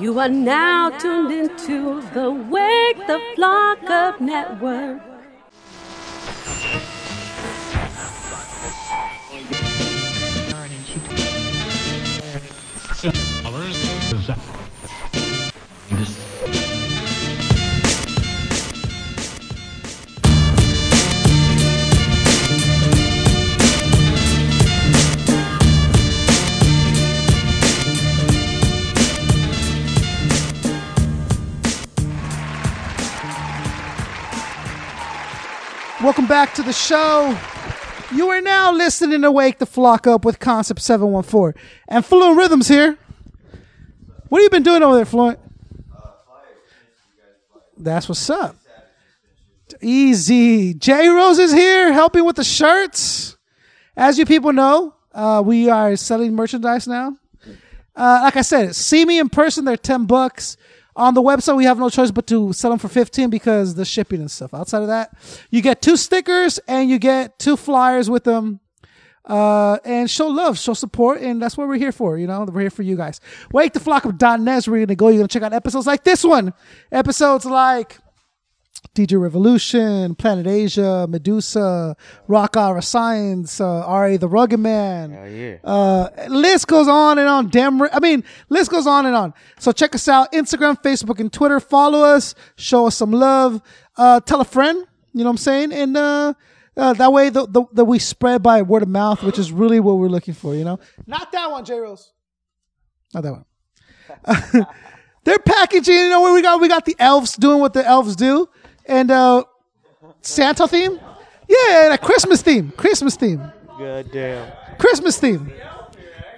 You are now tuned into the Wake the Flock Up Network. Welcome back to the show. You are now listening to Wake the Flock Up with Concept 714. And Fluent Rhythms here. What have you been doing over there, Fluent? That's what's up. Easy. J Rose is here helping with the shirts. As you people know, uh, we are selling merchandise now. Uh, like I said, see me in person. They're ten bucks. On the website, we have no choice but to sell them for fifteen because the shipping and stuff. Outside of that, you get two stickers and you get two flyers with them. Uh, and show love, show support, and that's what we're here for. You know, we're here for you guys. Wake the flock of .net. We're gonna go. You're gonna check out episodes like this one, episodes like DJ Revolution, Planet Asia, Medusa, Rock Hour Science, uh, R.A. the Rugged Man. Hell yeah. Uh, list goes on and on. Damn, ri- I mean, list goes on and on. So check us out: Instagram, Facebook, and Twitter. Follow us. Show us some love. Uh, tell a friend. You know what I'm saying? And uh, uh, that way, the, the, that we spread by word of mouth, which is really what we're looking for. You know, not that one, J Rose. Not that one. They're packaging. You know what we got? We got the elves doing what the elves do, and uh, Santa theme. Yeah, and a Christmas theme. Christmas theme. God damn. Christmas theme.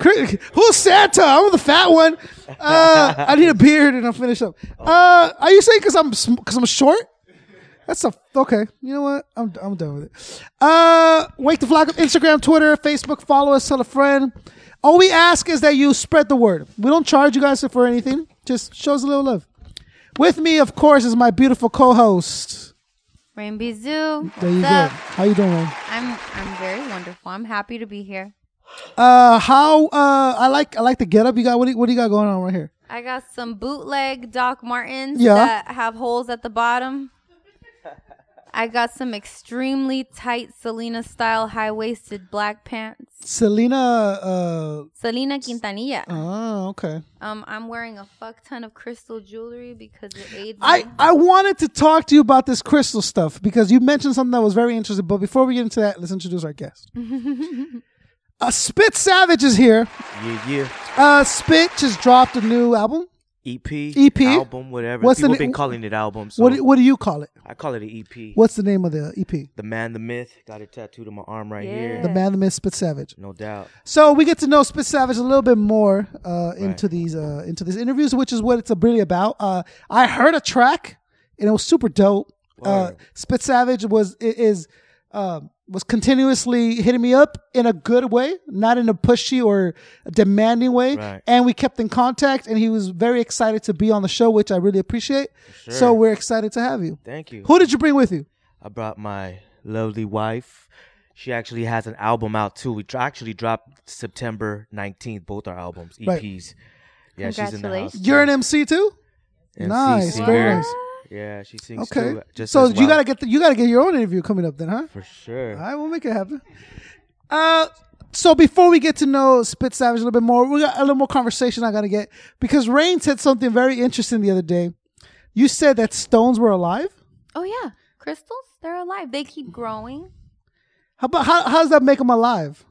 Chri- Who's Santa? I'm the fat one. Uh, I need a beard and I'll finish up. Uh, are you saying because I'm because I'm short? That's a okay. You know what? I'm I'm done with it. Uh, wake the flock up. Instagram, Twitter, Facebook. Follow us. Tell a friend. All we ask is that you spread the word. We don't charge you guys for anything. Just shows a little love. With me, of course, is my beautiful co-host. Rainby Zoo. There you what's go. up? How you doing? Ron? I'm I'm very wonderful. I'm happy to be here. Uh, how? Uh, I like I like the get up you got. What do you, what do you got going on right here? I got some bootleg Doc Martens Yeah. that have holes at the bottom. I got some extremely tight Selena style high waisted black pants. Selena. Uh, Selena Quintanilla. oh, okay. Um, I'm wearing a fuck ton of crystal jewelry because it aids. I, me. I wanted to talk to you about this crystal stuff because you mentioned something that was very interesting. But before we get into that, let's introduce our guest. uh, Spit Savage is here. Yeah, yeah. Uh, Spit just dropped a new album. EP, EP? album, whatever. E What's the People na- been calling it album. So What do- what do you call it? I call it an EP. What's the name of the EP? The man, the myth. Got it tattooed on my arm right The here. Yeah. Man, the Myth, Spit Savage. No doubt. So we get to know Spit Savage a little bit more uh, into these uh, into these interviews, which is what it's really about. Uh, I heard a track and it was super dope. Uh, Word. Spit Savage was i- is um was continuously hitting me up in a good way, not in a pushy or demanding way. Right. And we kept in contact, and he was very excited to be on the show, which I really appreciate. So we're excited to have you. Thank you. Who did you bring with you? I brought my lovely wife. She actually has an album out too. We dro- actually dropped September 19th, both our albums, EPs. Right. Yeah, she's in the house. Congratulations. You're an MC too. MC Nice, singer. very nice. Yeah, she sings Okay, too. Just so as you well. gotta get the, you gotta get your own interview coming up then, huh? For sure. All right, we'll make it happen. Uh, so before we get to know Spit Savage a little bit more, we got a little more conversation I gotta get because Rain said something very interesting the other day. You said that stones were alive. oh yeah, crystals. They're alive. They keep growing. How about how, how does that make them alive?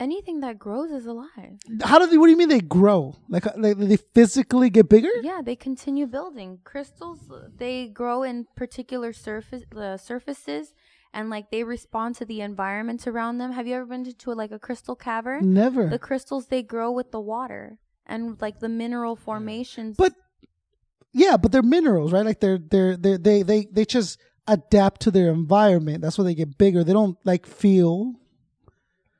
Anything that grows is alive. How do they? What do you mean they grow? Like, uh, like they physically get bigger? Yeah, they continue building. Crystals they grow in particular surface uh, surfaces and like they respond to the environment around them. Have you ever been to, to, like a crystal cavern? Never. The crystals they grow with the water and like the mineral formations. But yeah, but they're minerals, right? Like they're they're they they they they just adapt to their environment. That's why they get bigger. They don't like feel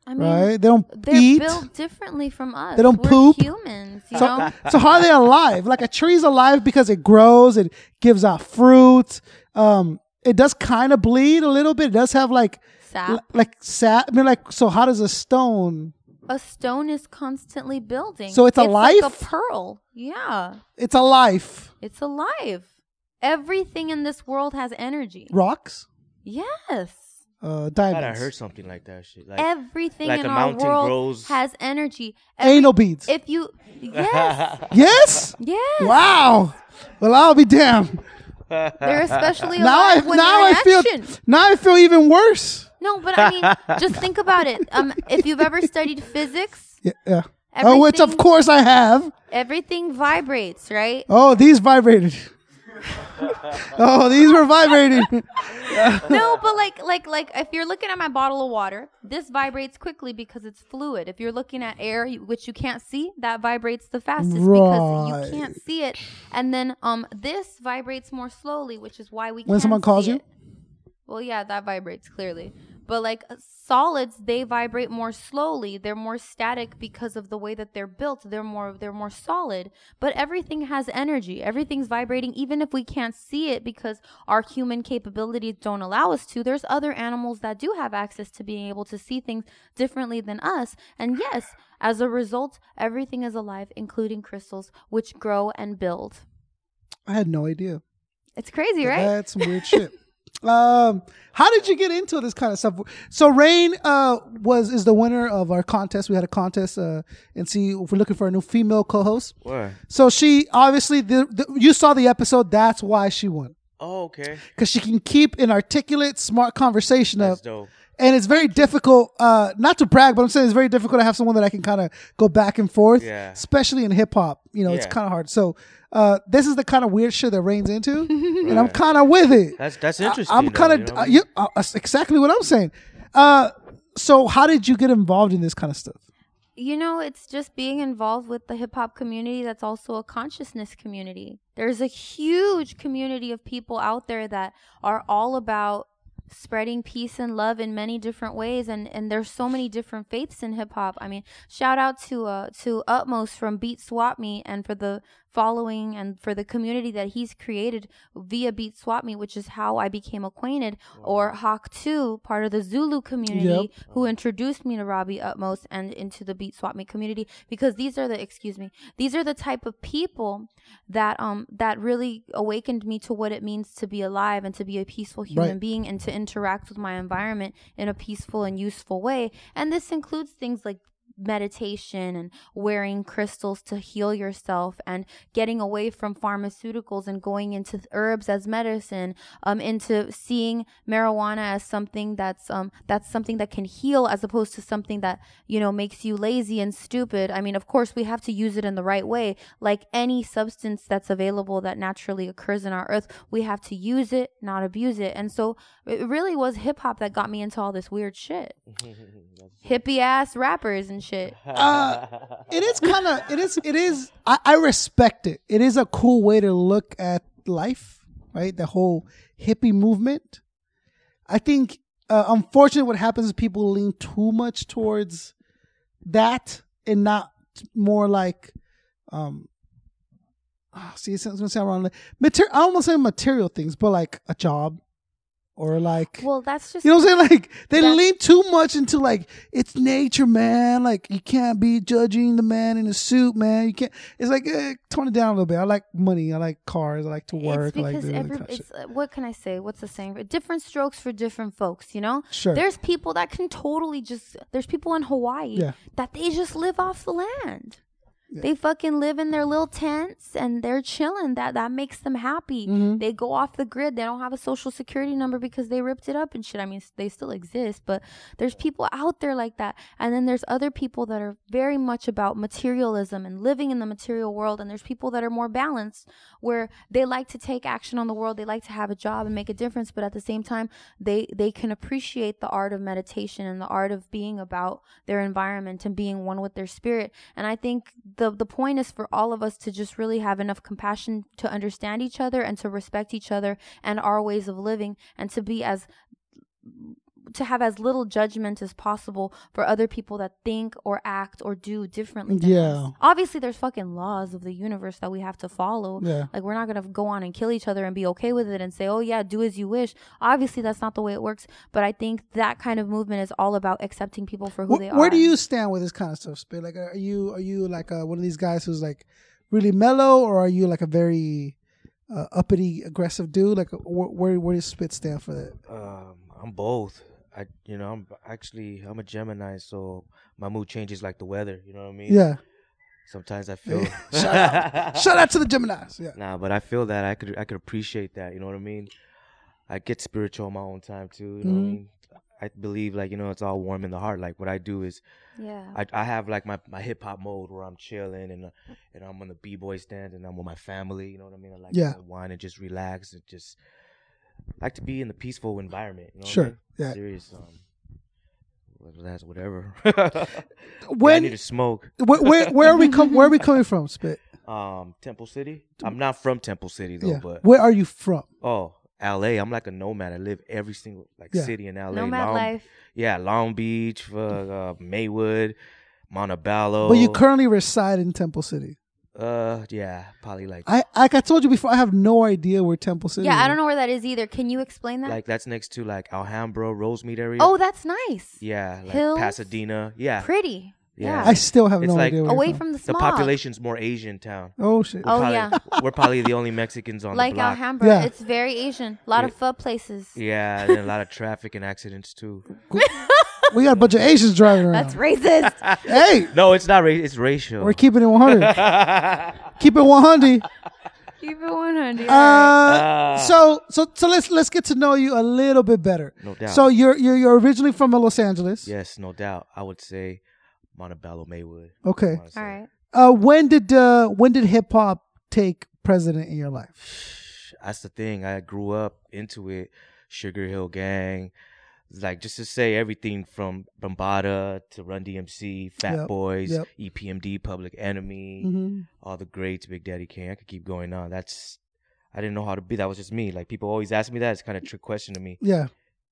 I mean, right. They don't they're eat. built differently from us. They don't We're poop. Humans, you So, know. so how are they alive? Like a tree's alive because it grows, it gives out fruit. Um, it does kind of bleed a little bit. It does have like Sap. l- like sap. I mean, like so. How does a stone a stone is constantly building. So it's alive? like a pearl. Yeah, It's a life. it's alive. Everything in this world has energy. Rocks, Yes. uh, I thought I diamonds, heard something like that. Shit. Like, Everything like in a our mountain world grows- has energy. Every- anal beads. if you yes, yes. yes. Wow. Well, I'll be damned. They're especially Now I alive when now they're in I feel action. now I feel even worse. No, but I mean, just think about it. Um, if you've ever studied physics, Yeah. yeah. Oh, which of Everything- course I have. everything vibrates, right? Oh, these vibrated. oh, these were vibrating. No, but like, like, like, if you're looking at my bottle of water, this vibrates quickly because it's fluid. If you're looking at air, you- which you can't see, that vibrates the fastest because you can't see it. And then, um, this vibrates more slowly, which is why we When can someone calls see you? it. Well, yeah, that vibrates clearly. But like uh, solids, they vibrate more slowly. They're more static because of the way that they're built. They're more they're more solid. But everything has energy. Everything's vibrating even if we can't see it because our human capabilities don't allow us to. There's other animals that do have access to being able to see things differently than us. And yes, as a result, everything is alive including crystals which grow and build. I had no idea. It's crazy, right? That's some weird shit. Um, how did you get into this kind of stuff? So Rain uh was is the winner of our contest. We had a contest uh and see if we're looking for a new female co-host. where? So she obviously the, the you saw the episode. That's why she won Oh, okay. because she can keep an articulate, smart conversation That's up. dope. And it's very difficult, uh, not to brag, but I'm saying it's very difficult to have someone that I can kind of go back and forth, Yeah. especially in hip hop. You know, it's Yeah. kind of hard. So, uh, this is the kind of weird shit that Rain's into, and I'm kind of with it. That's that's interesting. I'm though, kind you know of, what I uh, mean? you- uh, that's exactly what I'm saying. Uh, so how did you get involved in this kind of stuff? you know, it's just being involved with the hip hop community that's also a consciousness community. There's a huge community of people out there that are all about spreading peace and love in many different ways and and there's so many different faiths in hip hop. I mean, shout out to uh to Utmost from Beat Swap Me and for the following and for the community that he's created via Beat Swap Me, which is how I became acquainted or Hawk 2, part of the Zulu community Yep. who introduced me to Robbie Utmost and into the Beat Swap Me community because these are the excuse me these are the type of people that um that really awakened me to what it means to be alive and to be a peaceful human Right. being and to interact with my environment in a peaceful and useful way and this includes things like meditation and wearing crystals to heal yourself and getting away from pharmaceuticals and going into herbs as medicine um into seeing marijuana as something that's um that's something that can heal as opposed to something that you know makes you lazy and stupid i mean of course we have to use it in the right way like any substance that's available that naturally occurs in our earth we have to use it not abuse it and so it really was hip hop that got me into all this weird shit hippie ass rappers and shit Uh, it is kind of it is it is I, I respect it it is a cool way to look at life right the whole hippie movement i think uh, unfortunately what happens is people lean too much towards that and not more like um ah, see it's gonna sound wrong Mater- i almost say material things but like a job or like well that's just you know what I'm saying? Like they That's- lean too much into like it's nature, man. Like you can't be judging the man in a suit, man. You can't. It's like eh, tone it down a little bit. I like money. I like cars. I like to work. It's I like because doing that every, kind of shit. it's, uh, what can I say? What's the saying? Different strokes for different folks, you know? Sure. There's people that can totally just, there's people in Hawaii Yeah. that they just live off the land. They fucking live in their little tents and they're chilling. That that makes them happy. They go off the grid. They don't have a social security number because they ripped it up and shit. I mean, s- they still exist, but there's people out there like that. And then there's other people that are very much about materialism and living in the material world. And there's people that are more balanced where they like to take action on the world. They like to have a job and make a difference, but at the same time, they they can appreciate the art of meditation and the art of being about their environment and being one with their spirit. And I think the the point is for all of us to just really have enough compassion to understand each other and to respect each other and our ways of living and to be as to have as little judgment as possible for other people that think or act or do differently. Than Yeah. us. Obviously, there's fucking laws of the universe that we have to follow. Yeah. Like we're not gonna go on and kill each other and be okay with it and say, "Oh yeah, do as you wish." Obviously, that's not the way it works. But I think that kind of movement is all about accepting people for who Wh- they where, are. do you stand with this kind of stuff, Spit? Like, are you are you like uh, one of these guys who's like really mellow, or are you like a very uh, uppity, aggressive dude? Like, wh- where where does Spit stand for that? Um, I'm both. I, you know, I'm actually I'm a Gemini, so my mood changes like the weather. You know what I mean? Yeah. Sometimes I feel. Shout out, shout out to the Gemini's. Yeah. Nah, but I feel that I could I could appreciate that. You know what I mean? I get spiritual on my own time too. You know what I Mhm. mean? I believe like you know it's all warm in the heart. Like what I do is Yeah. I I have like my, my hip hop mode where I'm chilling and uh, and I'm on the b boy stand and I'm with my family. You know what I mean? I like Yeah. to wine and just relax and just like to be in the peaceful environment. You know Sure, What I mean? yeah. Serious. Um, whether that's whatever. I When need to smoke. where, where where are we com- where are we coming from, Spit? Um, Temple City. I'm not from Temple City though, Yeah. but Where are you from? oh, L.A. I'm like a nomad. I live every single like Yeah. city in L.A. Nomad Long- life. Yeah, Long Beach, fuck, uh, Maywood, Montebello. But you currently reside in Temple City. uh, yeah, probably like I like I told you before, I have no idea where Temple City. Yeah, is. I don't know where that is either. Can you explain that? like that's next to like Alhambra, Rosemead area. oh, that's nice. yeah, like Hills? Pasadena. Yeah, Pretty. Yeah. Yeah. I still have It's no like- idea. Where Away you're from the the smog. population's more Asian town. Oh shit. Oh, Probably- yeah. we're probably the only Mexicans on Like the block. Alhambra, Yeah. it's very Asian. A lot Yeah. of pho places. Yeah, and a lot of traffic and accidents too. We got a bunch of Asians driving around. That's racist. Hey, No, it's not. Ra- it's racial. we're keeping it 100. Keep it 100. Keep it 100. Uh, so so so let's let's get to know you a little bit better. No doubt. So you're you're you're originally from Los Angeles. yes, no doubt. I would say Montebello, Maywood. Okay. Wanna say. All right. Uh, when did uh, when did hip hop take president in your life? that's the thing. I grew up into it. Sugar Hill Gang, like just to say everything from Bombada to Run DMC, Fat Yep, Boys, E yep. EPMD, Public Enemy, Mhm. all the greats, Big Daddy Kane. I could keep going on. That's I didn't know how to be. That was just me. Like people always ask me that. It's kind of a trick question to me. Yeah,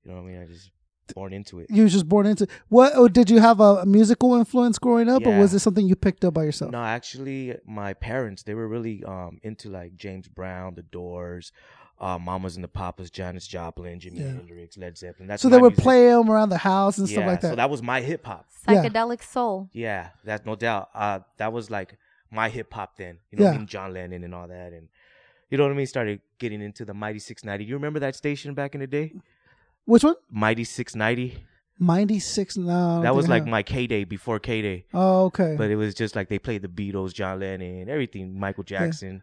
You know what I mean? I just born into it. you was just born into what? Or did you have a, a musical influence growing up, or Yeah. was this something you picked up by yourself? No, actually, my parents they were really um into like James Brown, The Doors, uh, Mamas and the Papas, Janis Joplin, Jimi Yeah. Hendrix, Led Zeppelin. That's so they my would music. play them around the house and yeah, stuff like that. So that was my hip hop. Yeah. Psychedelic soul. Yeah, that's no doubt. Uh, that was like my hip hop then. You know what Yeah. I mean? John Lennon and all that, and you know what I mean. Started getting into the Mighty Six Ninety. You remember that station back in the day? Which one? Mighty Six Ninety. Ninety six. No, I don't That was think I like have. my K day before K day. Oh, okay. But it was just like they played the Beatles, John Lennon, everything, Michael Jackson.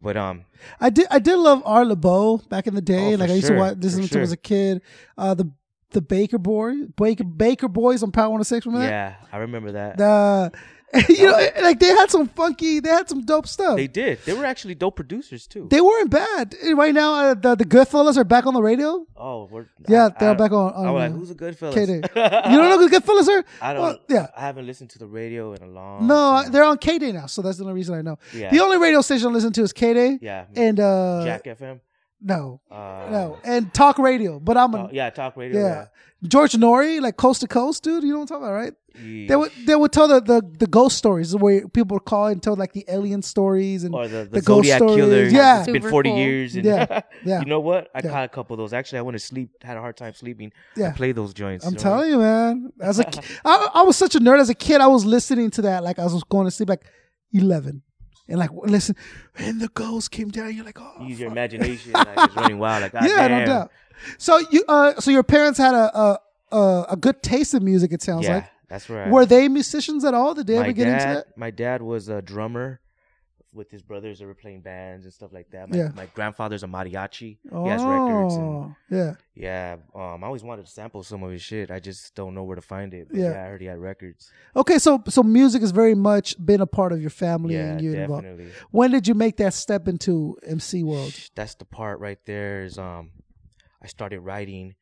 But um, I did. I did love Art LeBeau back in the Oh, day. for like I used to sure, watch this for when I was sure. a kid. Uh, the the Baker Boy, Baker Baker Boys on Power One Hundred Six. Remember yeah, I remember that. that? Uh, you know, like they had some funky. They had some dope stuff. They They, did. They were actually dope producers too. weren't bad. Right now, uh, the the Goodfellas are back on the radio. oh, we're, Yeah, I- they're I- back on- on, I was uh, like, who's a good fella? KD. you don't know who the Goodfellas are? I don't. Well, yeah. I haven't listened to the radio in a long. No, time. I- they're on K Day now, so that's the only reason I know. Yeah. The only radio station I listen to is K Day. Yeah. And uh, Jack FM. no, Uh, no, and talk radio. But I'm a oh, yeah, talk radio. Yeah. George Nori, like coast to coast, dude. You know what I'm talking about, right? yeah. They would they would tell the, the, the ghost stories where people would call and tell like the alien stories and or the, the the, ghost Zodiac stories. killer. Yeah. it's been Super forty cool. years. And Yeah, yeah. you know what? I Yeah. caught a couple of those. Actually, I went to sleep. Had a hard time sleeping. Yeah. I played those joints. I'm you know? telling you, man. As a ki- I, I was such a nerd as a kid. I was listening to that like I was going to sleep like eleven, and like listen, and the ghost came down. You're like, oh, Use your fuck. imagination. like, it's running wild. Like, yeah, goddamn. no doubt. So you, uh, so your parents had a a, a, a good taste in music. It sounds Yeah, like. that's right. Were they musicians at all? Did they my ever get dad, into that? My dad was a drummer with his brothers. They were playing bands and stuff like that. My, Yeah. my grandfather's a mariachi. Oh, He has records. And yeah. yeah, um, I always wanted to sample some of his shit. I just don't know where to find it. But Yeah. yeah. I heard he had records. Okay, so so music has very much been a part of your family Yeah, and you involved. definitely. When did you make that step into MC world? That's the part right there. Is um, I started writing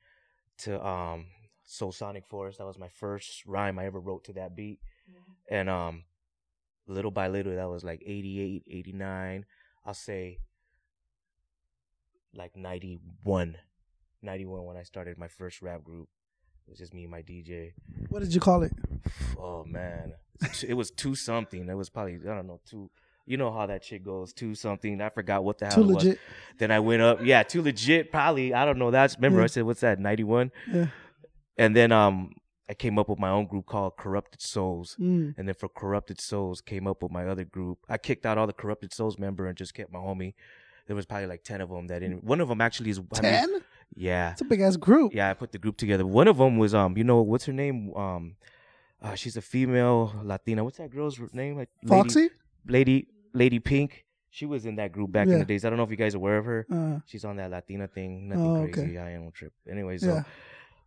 to um, Soul Sonic Force. That was my first rhyme I ever wrote to that beat, and um, little by little, that was like 88, 89. I'll say like 91, 91 when I started my first rap group. It was just me and my DJ. What did you call it? Oh man, it was two something. It was probably I don't know two. You know how that shit goes. Two something. I forgot what the hell Too it was. legit. Then I went up. Yeah, too legit. Probably I don't know. That's remember I said what's that ninety one. Yeah. And then um I came up with my own group called Corrupted Souls. Mm. And then for Corrupted Souls came up with my other group. I kicked out all the Corrupted Souls member and just kept my homie. There was probably like ten of them that didn't. One of them actually is I mean, Ten? yeah, It's a big ass group. yeah, I put the group together. One of them was um, you know, what's her name? Um, uh, she's a female Latina. What's that girl's r- name? Like, Lady- Foxy? Lady, Lady Pink. She was in that group back in Yeah. the days. I don't know if you guys are aware of her. Uh, She's on that Latina thing. Nothing Oh, okay. crazy. I ain't on trip. Anyway, so yeah.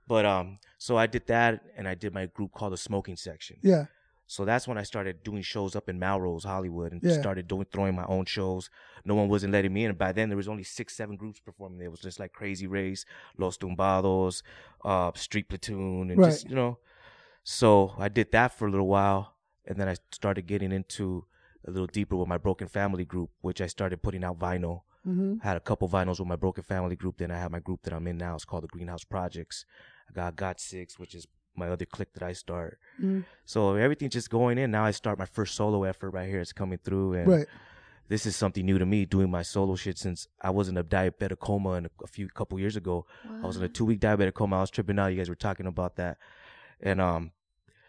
but um, so I did that, and I did my group called the Smoking Section. Yeah. So that's when I started doing shows up in Melrose, Hollywood, and Yeah. started doing throwing my own shows. No one wasn't letting me in. By then, there was only six, seven groups performing. It was just like Crazy Race, Los Tumbados, uh, Street Platoon, and Right. just you know. So I did that for a little while, and then I started getting into a little deeper with my Broken Family group, which I started putting out vinyl. Mm-hmm. I had a couple vinyls with my Broken Family group. Then I have my group that I'm in now. It's called the Greenhouse Projects. I got Got Six, which is my other clique that I start. Mm. So everything's just going in. Now I start my first solo effort right here. It's coming through, and Right. this is something new to me doing my solo shit since I was in a diabetic coma and a few couple years ago. I was in a two week diabetic coma. I was tripping out. You guys were talking about that, and um,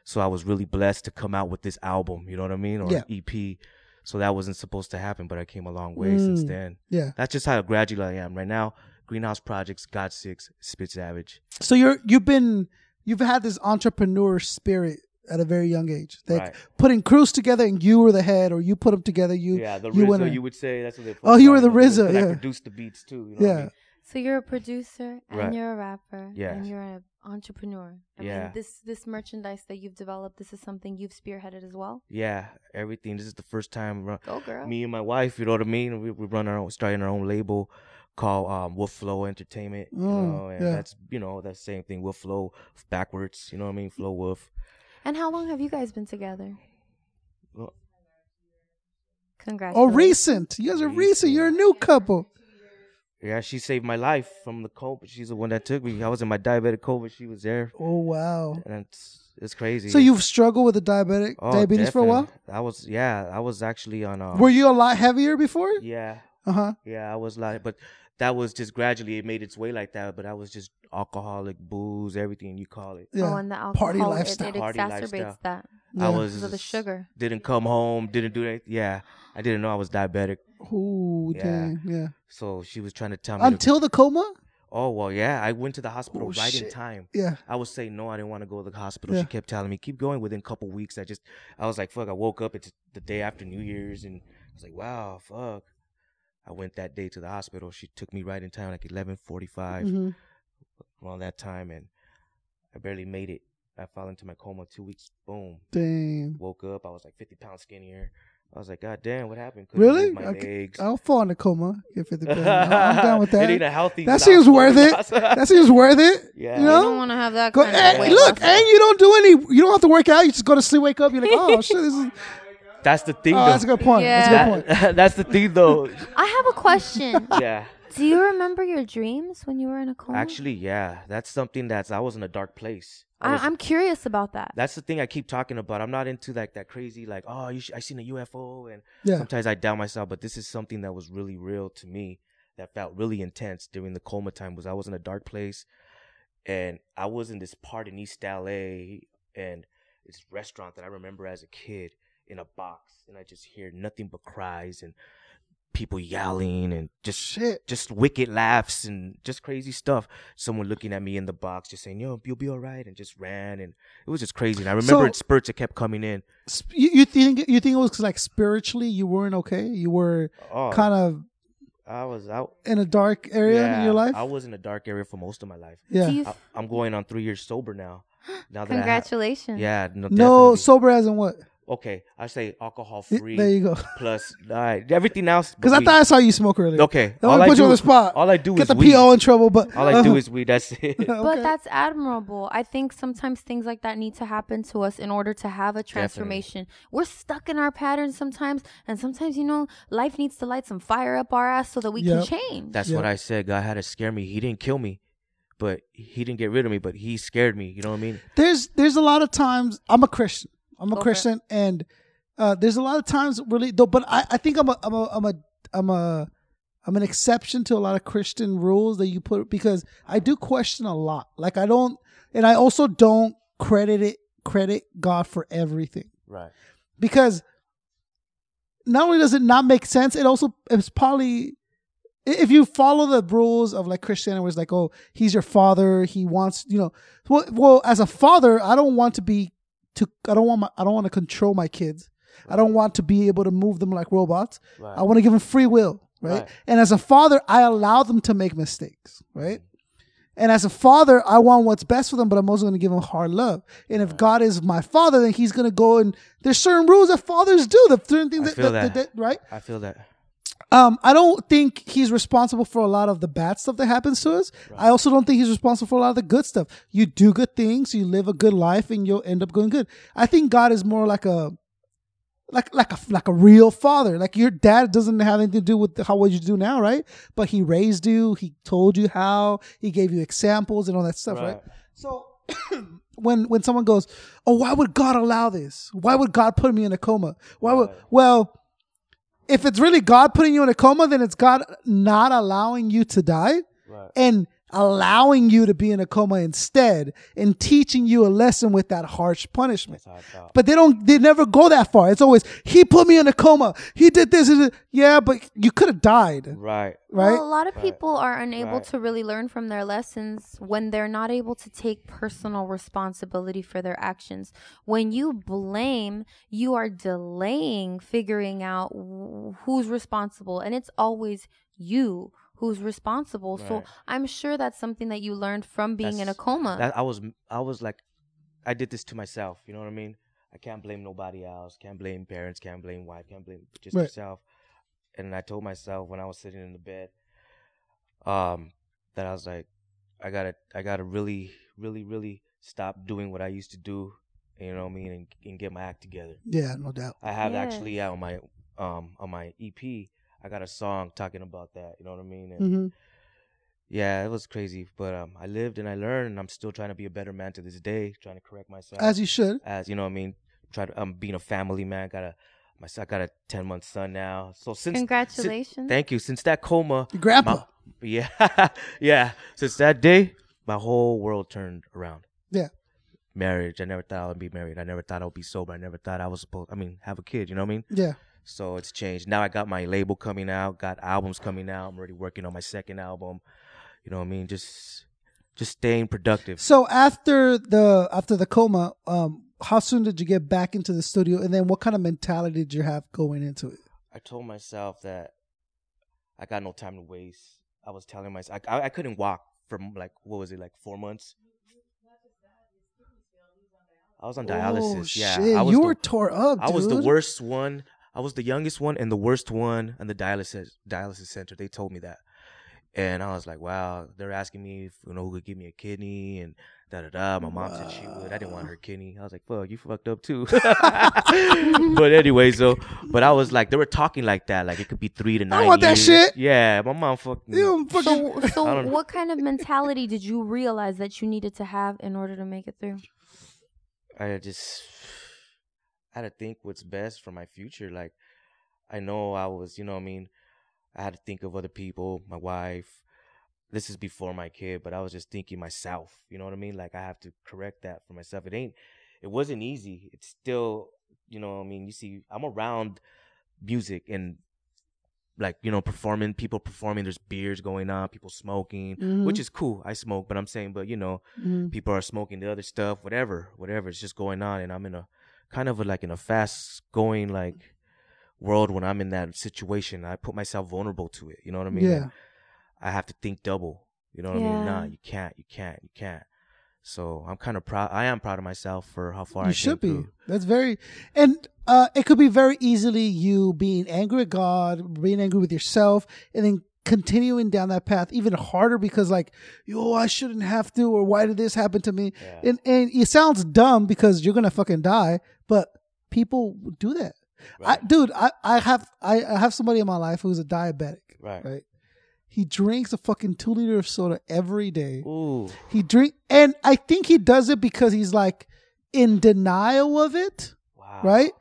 so I was really blessed to come out with this album. You know what I mean, or Yeah. EP. So that wasn't supposed to happen, but I came a long way since Mm. then. Yeah. That's just how gradual I am right now. Greenhouse Projects, God Six, Spit Savage. So you're you've been you've had this entrepreneur spirit at a very young age. Like Right. putting crews together and you were the head or you put them together. You Yeah, the you RZA, went in. you would say that's what they. Oh, you were the focus RZA, on, 'cause I yeah. produced the beats too. You know what I Yeah. mean? So you're a producer and Right. you're a rapper Yes. and you're an entrepreneur. I Yeah. mean, this this merchandise that you've developed, this is something you've spearheaded as well. Yeah, everything. This is the first time. ru- Oh, Go girl. me and my wife, you know what I mean? We, we run our own, starting our own label called um, Wolf Flow Entertainment. you Mm, know, and yeah. that's, you know, that same thing, Wolf Flow backwards, you know what I mean? Flow Wolf. And how long have you guys been together? Oh, Well, Congrats. Oh, recent. You guys are recent. Recent. You're a new couple. Yeah, she saved my life from the COVID. She's the one that took me. I was in my diabetic COVID. She was there. Oh wow. And it's, it's crazy. So you've struggled with the diabetic Oh, diabetes for a while. definitely. I was, yeah, I was actually on. Um, Were you a lot heavier before? Yeah, Uh huh. yeah, I was like, but that was just gradually, it made its way like that. But I was just alcoholic, booze, everything you call it. Yeah. Oh, and the alcohol, Party it- lifestyle. It, Party exacerbates lifestyle. that Yeah. I was because of the sugar. didn't come home, didn't do that. Yeah, I didn't know I was diabetic. Ooh, Yeah. dang. Yeah. So she was trying to tell me. to- Until the coma. oh well, yeah. I went to the hospital Oh, right shit. in time. Yeah. I would say no, I didn't want to go to the hospital. Yeah. She kept telling me keep going. Within a couple weeks, I just I was like fuck. I woke up it's the day after New Year's and I was like wow fuck. I went that day to the hospital. She took me right in time, like eleven Mhm. around that time, and I barely made it. I fell into my coma two weeks. Boom. Dang. Woke up. I was like fifty pounds skinnier. I was like, God damn, what happened? Couldn't move Really? My I c- legs. I'll fall in a coma. Get 50 pounds. I'm down with it ain't that. a healthy. That seems worth it. That seems worth it. yeah. you know? You don't want to have that Go, kind and- of weight look, loss. and you don't do any. You don't have to work out. You just go to sleep, wake up. You're like, oh shit, this is. That's the thing. Oh, though. that's a good point. That's Yeah. a good point. That- that's the thing, though. I have a question. yeah. Do you remember your dreams when you were in a coma? Actually, yeah. That's something that's. I was in a dark place. I, was- I'm curious about that. that's the thing I keep talking about. I'm not into like that crazy, like oh, you sh- I seen a UFO, and Yeah. sometimes I doubt myself. But this is something that was really real to me, that felt really intense during the coma time. Was I was in a dark place, and I was in this part in East LA, and this restaurant that I remember as a kid in a box, and I just hear nothing but cries and people yelling and just Shit. just wicked laughs and just crazy stuff. Someone looking at me in the box, just saying, "Yo, you'll be all right," and just ran, and it was just crazy. And I remember So- in spurts it kept coming in. Sp- You, you think you think it was like spiritually you weren't okay? You were Oh, kind of I was out in a dark area in your life. I was in a dark area for most of my life. yeah. Do you I, I'm going on three years sober now. Now that I have, Congratulations. yeah, no, no, definitely. sober as in what? okay, I say alcohol Y- free There you go. plus all right, everything else. Because I weed. thought I saw you smoke earlier. okay, That would put you do on the is- spot. All I do Get is the weed. PO in trouble, but uh, All I do is weed. That's it. But that's admirable. I think sometimes things like that need to happen to us in order to have a transformation. We're stuck in our patterns sometimes, and sometimes, you know, life needs to light some fire up our ass so that we Yep. can change. That's Yeah. what I said. God had to scare me. He didn't kill me, But he didn't get rid of me, but he scared me. You know what I mean? there's there's a lot of times I'm a Christian. I'm a Okay. Christian, and uh, there's a lot of times really though. But I, I think I'm a I'm a I'm a I'm a I'm an exception to a lot of Christian rules that you put because I do question a lot. Like I don't, and I also don't credit it credit God for everything Right. because not only does it not make sense, it also it's probably i- if you follow the rules of like Christianity, where it's like, oh, he's your father, he wants you know, well, well, as a father, I don't want to be to I don't want my I don't want to control my kids. I don't want to be able to move them like robots. Right. I want to give them free will, right? Right. And as a father, I allow them to make mistakes, right? And as a father, I want what's best for them, but I'm also going to give them hard love. And if God is my father, then He's going to go and there's certain rules that fathers do. The certain things I that, feel that- that. that- right? I feel that. Um, I don't think He's responsible for a lot of the bad stuff that happens to us. I also don't think He's responsible for a lot of the good stuff. You do good things, you live a good life, and you'll end up going good. I think God is more like a like like a like a real father. Like your dad doesn't have anything to do with how what you do now, right? But he raised you, he told you how, he gave you examples and all that stuff, right? Right. So when when someone goes, "Oh, why would God allow this? Why would God put me in a coma? Why would well?" If it's really God putting you in a coma, then it's God not allowing you to die Right. and allowing you to be in a coma instead and teaching you a lesson with that harsh punishment. That's how I felt. But they don't, they never go that far. It's always, he put me in a coma. He did this. he did-" Yeah, but you could have died, Right. right? Well, a lot of people are unable Right. to really learn from their lessons when they're not able to take personal responsibility for their actions. When you blame, you are delaying figuring out wh- who's responsible, and it's always you who's responsible. So Right. I'm sure that's something that you learned from being in a That's- coma. That I was I was like I did this to myself, you know what I mean? I can't blame nobody else, can't blame parents, can't blame wife, can't blame just Right. yourself. And I told myself when I was sitting in the bed um that I was like I got to I got to really really really stop doing what I used to do, you know what I mean, and, and get my act together. yeah, no doubt. I have Yes. actually yeah, on my um on my EP, I got a song talking about that, you know what I mean? And hmm yeah, it was crazy, but um, I lived and I learned, and I'm still trying to be a better man to this day, trying to correct myself. As you should. as you know, what I mean, try to. I'm being a family man. Got a my son. I got a ten month son now. So since si- Congratulations. thank you. Since that coma, Your grandpa. my- yeah, yeah. Since that day, my whole world turned around. Yeah. Marriage. I never thought I would be married. I never thought I would be sober. I never thought I was supposed. I mean, have a kid. You know what I mean? Yeah. So it's changed. Now I got my label coming out, got albums coming out. I'm already working on my second album. You know what I mean? Just just staying productive. So after the after the coma, um, how soon did you get back into the studio, and then what kind of mentality did you have going into it? I told myself that I got no time to waste. I was telling myself I, I, I couldn't walk from like what was it like four months. I was on dialysis. Oh, yeah, shit. I was you the- were tore up. I was the dude. worst one. I was the youngest one and the worst one in the dialysis dialysis center. They told me that, and I was like, "Wow!" They're asking me, if, you know, who could give me a kidney and da da da. My mom said she would. I didn't want her kidney. I was like, "Fuck, you fucked up too." but anyway, so but I was like, they were talking like that, like it could be three to nine. want that years. shit. Yeah, my mom fucking. You don't fucking- so, I so don't- what kind of mentality did you realize that you needed to have in order to make it through? I just I had to think what's best for my future. Like I know I was, you know what I mean, I had to think of other people, my wife. This is before my kid, but I was just thinking myself. You know what I mean? Like I have to correct that for myself. It ain't it wasn't easy. It's still you know what I mean, you see I'm around music and like, you know, performing, people performing, there's beers going on, people smoking, which is cool. I smoke, but I'm saying, but you know, Mhm. people are smoking the other stuff, whatever, whatever. It's just going on, and I'm in a kind of a, like in a fast going like world when I'm in that situation. I put myself vulnerable to it. You know what I mean? Yeah. I have to think double. You know what I Yeah. mean? Nah, you can't, you can't, you can't. So I'm kind of proud. I am proud of myself for how far I You should be. came through. That's very, and uh, it could be very easily you being angry at God, being angry with yourself, and then continuing down that path even harder because like, yo, I shouldn't have to, or why did this happen to me? Yeah. And and it sounds dumb because you're gonna fucking die, but people do that. I, Right. dude, I, I have I, I have somebody in my life who's a diabetic, Right. right? He drinks a fucking two liter of soda every day. Ooh. He drink, and I think he does it because he's like in denial of it, Wow. right?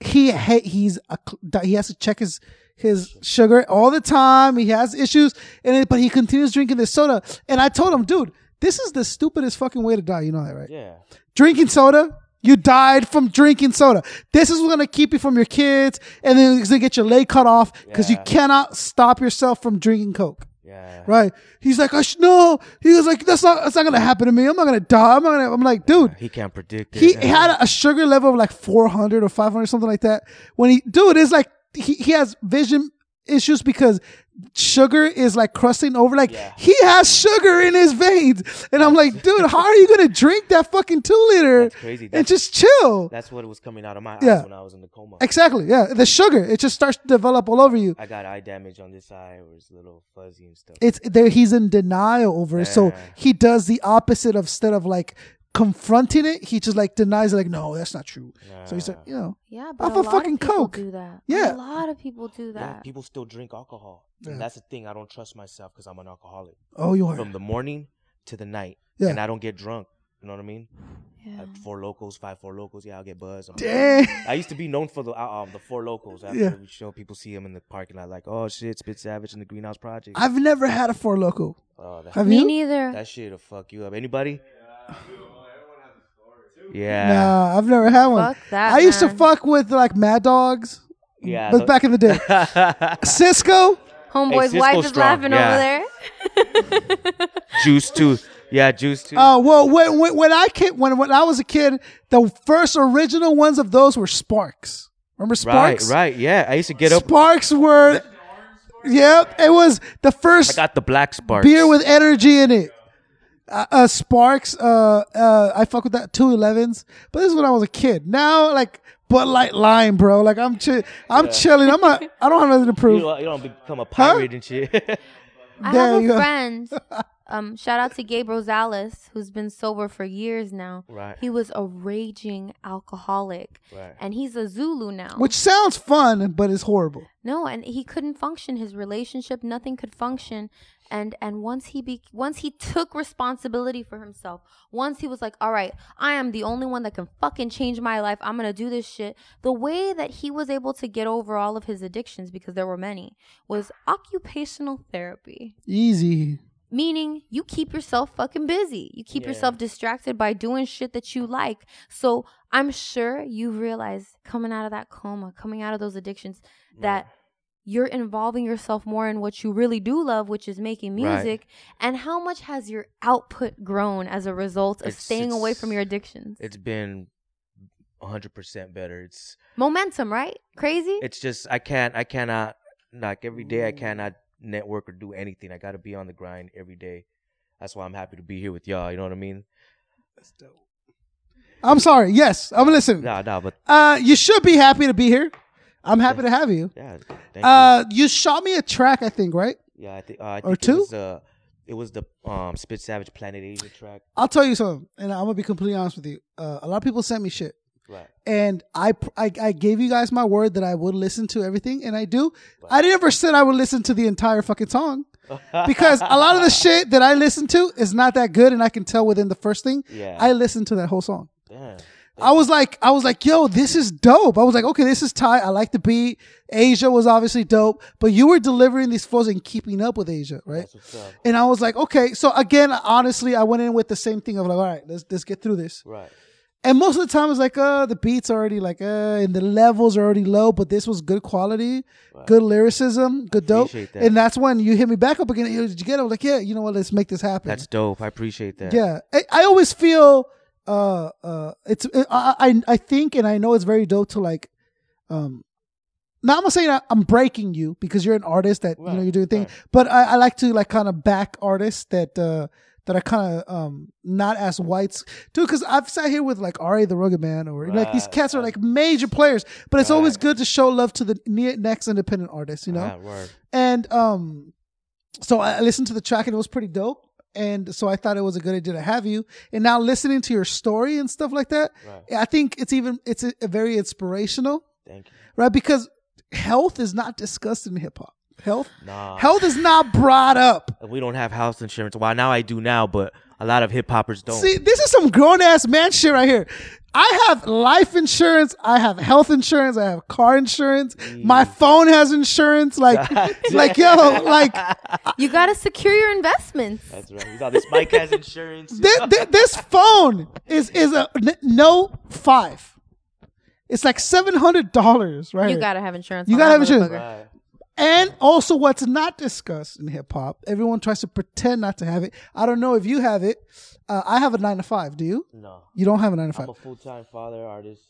He ha- he's a, cl- he has to check his his sugar all the time. He has issues, and it, but he continues drinking this soda. And I told him, dude, this is the stupidest fucking way to die. You know that, right? Yeah. drinking soda. You died from drinking soda. This is going to keep you from your kids, and then it's going to get your leg cut off because Yeah. you cannot stop yourself from drinking Coke. Yeah. Right? He's like, I sh- no. He was like, that's not that's not going to happen to me. I'm not going to die. I'm not going to. I'm like, dude. He can't predict it. He had a sugar level of like 400 or 500 something like that. When he dude it's like he, he has vision issues because sugar is like crusting over like Yeah. he has sugar in his veins and i'm like dude how are you gonna drink that fucking two liter That's crazy. and That's- just chill That's what was coming out of my Yeah. eyes when I was in the coma. exactly yeah the sugar it just starts to develop all over you I got eye damage on this eye, where it's a little fuzzy and stuff. it's there he's in denial over it so Yeah. he does the opposite of instead of like confronting it he just like denies it like no that's not true so he's like you know Yeah, but off a of lot fucking of people coke do that. Yeah. a lot of people do Yeah, that. people still drink alcohol. And Yeah. That's the thing. I don't trust myself because I'm an alcoholic oh you are from the morning to the night, Yeah. and I don't get drunk. You know what I mean? yeah. Like four locals, five four locals. Yeah, I'll get buzzed. I'm- Damn. I used to be known for the uh, um the four locals. After Yeah. we show people see him in the parking lot, like oh shit, Spit Savage in the Greenhouse Project. I've never had a four loco. oh, that, Have Me you? neither. that shit'll fuck you up. Anybody? Yeah, Nah, I've never had one. Fuck that, I used to man. fuck with like Mad Dogs, yeah. but back in the day, back. Cisco. Homeboy's Cisco wife is strong, laughing yeah. over there. juice too. Yeah, juice too. Uh, well, when, when when I came, when when I was a kid, the first original ones of those were Sparks. Remember right, Sparks? right. Yeah, I used to get up. Sparks were. Yep, it was the I first got the black spark. beer with energy in it. Uh, uh, Sparks. Uh, uh, I fuck with that two elevens, but this is when I was a kid. Now, like Bud Light Lime, bro. Like I'm chill. I'm chilling. I'm not. I don't have nothing to You prove. don't, you don't become a pirate and shit. I There have you a go. friend. Um, shout out to Gabe Rosales, who's been sober for years now. Right. He was a raging alcoholic, Right. and he's a Zulu now. Which sounds fun, but it's horrible. no, and he couldn't function. His relationship, nothing could function. And and once he be once he took responsibility for himself, once he was like, all right, I am the only one that can fucking change my life. I'm gonna do this shit. The way that he was able to get over all of his addictions, because there were many, was occupational therapy Easy. meaning you keep yourself fucking busy. You keep Yeah. yourself distracted by doing shit that you like. So I'm sure you realize coming out of that coma, coming out of those addictions, that you're involving yourself more in what you really do love, which is making Right. music. And how much has your output grown as a result of It's- staying away it's- from your addictions? it's been 100% better. It's Momentum, right? Crazy? it's just I can't I cannot like every day Mm. I cannot network or do anything. I got to be on the grind every day. That's why I'm happy to be here with y'all. You know what I mean? I'm sorry. Yes, I'm listening. Nah, nah, but Uh, you should be happy to be here. I'm happy to have you. yeah, thank Uh, you shot me a track, I think, right? you. Yeah, I think uh, I or think two? It was, uh, it was the um Spit Savage Planet Asia track. I'll tell you something, and I'm gonna be completely honest with you. Uh, a lot of people sent me shit, Right. and I, pr- I I gave you guys my word that I would listen to everything, and I do. I never said I would listen to the entire fucking song because a lot of the shit that I listen to is not that good, and I can tell within the first thing. Yeah. I listened to that whole song. Damn. I was like, I was like, yo, this is dope. I was like, okay, this is tight. I like the beat. Asia was obviously dope, but you were delivering these flows and keeping up with Asia, right? That's what's up. And I was like, okay. So again, honestly, I went in with the same thing of like, all right, let's let's get through this. Right. And most of the time, it's like, uh, the beats already like, uh, and the levels are already low, but this was good quality, good lyricism, good dope. Appreciate that. And that's when you hit me back up again. Yo, Did you get? it? I was like, yeah, you know what? Let's make this happen. That's dope. I appreciate that. Yeah, I, I always feel uh uh it's I, I I think and I know it's very dope to like um. Now I'm not saying I- I'm breaking you because you're an artist that you know Right, you're doing things, right. but I, I like to like kind of back artists that uh that are kind of um not as whites too because I've sat here with like Ari the Rugged Man or like these Right, cats are right. like major players, but it's always Right. good to show love to the ne- next independent artist, you know. Ah, word. And um, so I listened to the track and it was pretty dope. And so I thought it was a good idea to have you. And now listening to your story and stuff like that, Right. I think it's even it's a, a very inspirational, Thank you. right? Because health is not discussed in hip hop. health. Nah. Health is not brought up. We don't have house insurance. Well, now I do now, but a lot of hip hoppers don't. See, this is some grown ass man shit right here. I have life insurance. I have health insurance. I have car insurance. My Mm. phone has insurance. Like, like yo, like You gotta secure your investments. That's right. He's all this Mike has insurance. this, this phone is is a n- no five. It's like seven hundred dollars, right? You here. gotta have insurance. You on gotta that have insurance. motherfucker. Right. And also, what's not discussed in hip hop, everyone tries to pretend not to have it. I don't know if you have it. Uh, I have a nine to five. Do you? No, You don't have a nine to I'm five, a full time father artist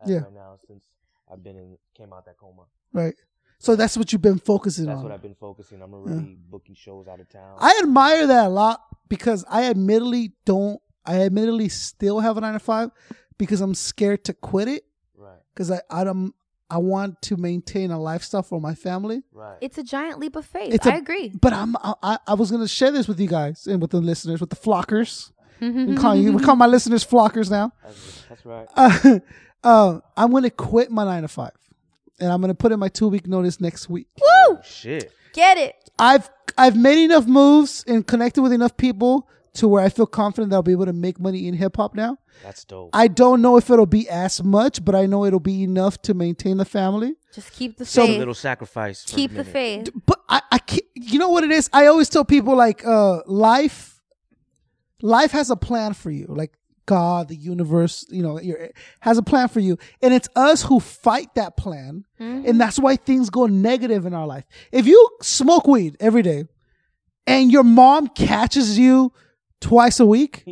as Yeah. of now since I've been in came out that coma. right? So that's what you've been focusing That's on. what I've been focusing. I'm already booking shows out of town. I admire that a lot because I admittedly don't. I admittedly still have a nine to five because I'm scared to quit it right, because I I don't I want to maintain a lifestyle for my family. right. It's a giant leap of faith. It's I a- agree. But I'm I, I- I was gonna share this with you guys and with the listeners, with the flockers. we call you we call my listeners flockers now. that's, that's right. Uh, uh, I'm gonna quit my nine to five, and I'm gonna put in my two week notice next week. Oh, shit. Get it. I've I've made enough moves and connected with enough people to where I feel confident that I'll be able to make money in hip hop now. That's dope. I don't know if it'll be as much, but I know it'll be enough to maintain the family. Just keep the So- a faith. little sacrifice. for a Keep the minute. faith. But I, I can't, you know what it is? I always tell people like uh life life has a plan for you. Like God, the universe, you know, your, has a plan for you. And it's us who fight that plan. And that's why things go negative in our life. If you smoke weed every day and your mom catches you twice a week,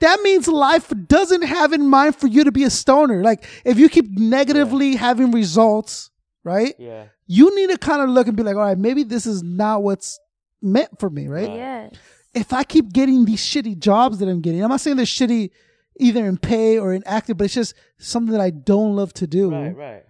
that means life doesn't have in mind for you to be a stoner. Like if you keep negatively having results, right? Yeah. you need to kind of look and be like, all right, maybe this is not what's meant for me, right? Yes. If I keep getting these shitty jobs that I'm getting, I'm not saying they're shitty either in pay or in active, but it's just something that I don't love to do. Right, right.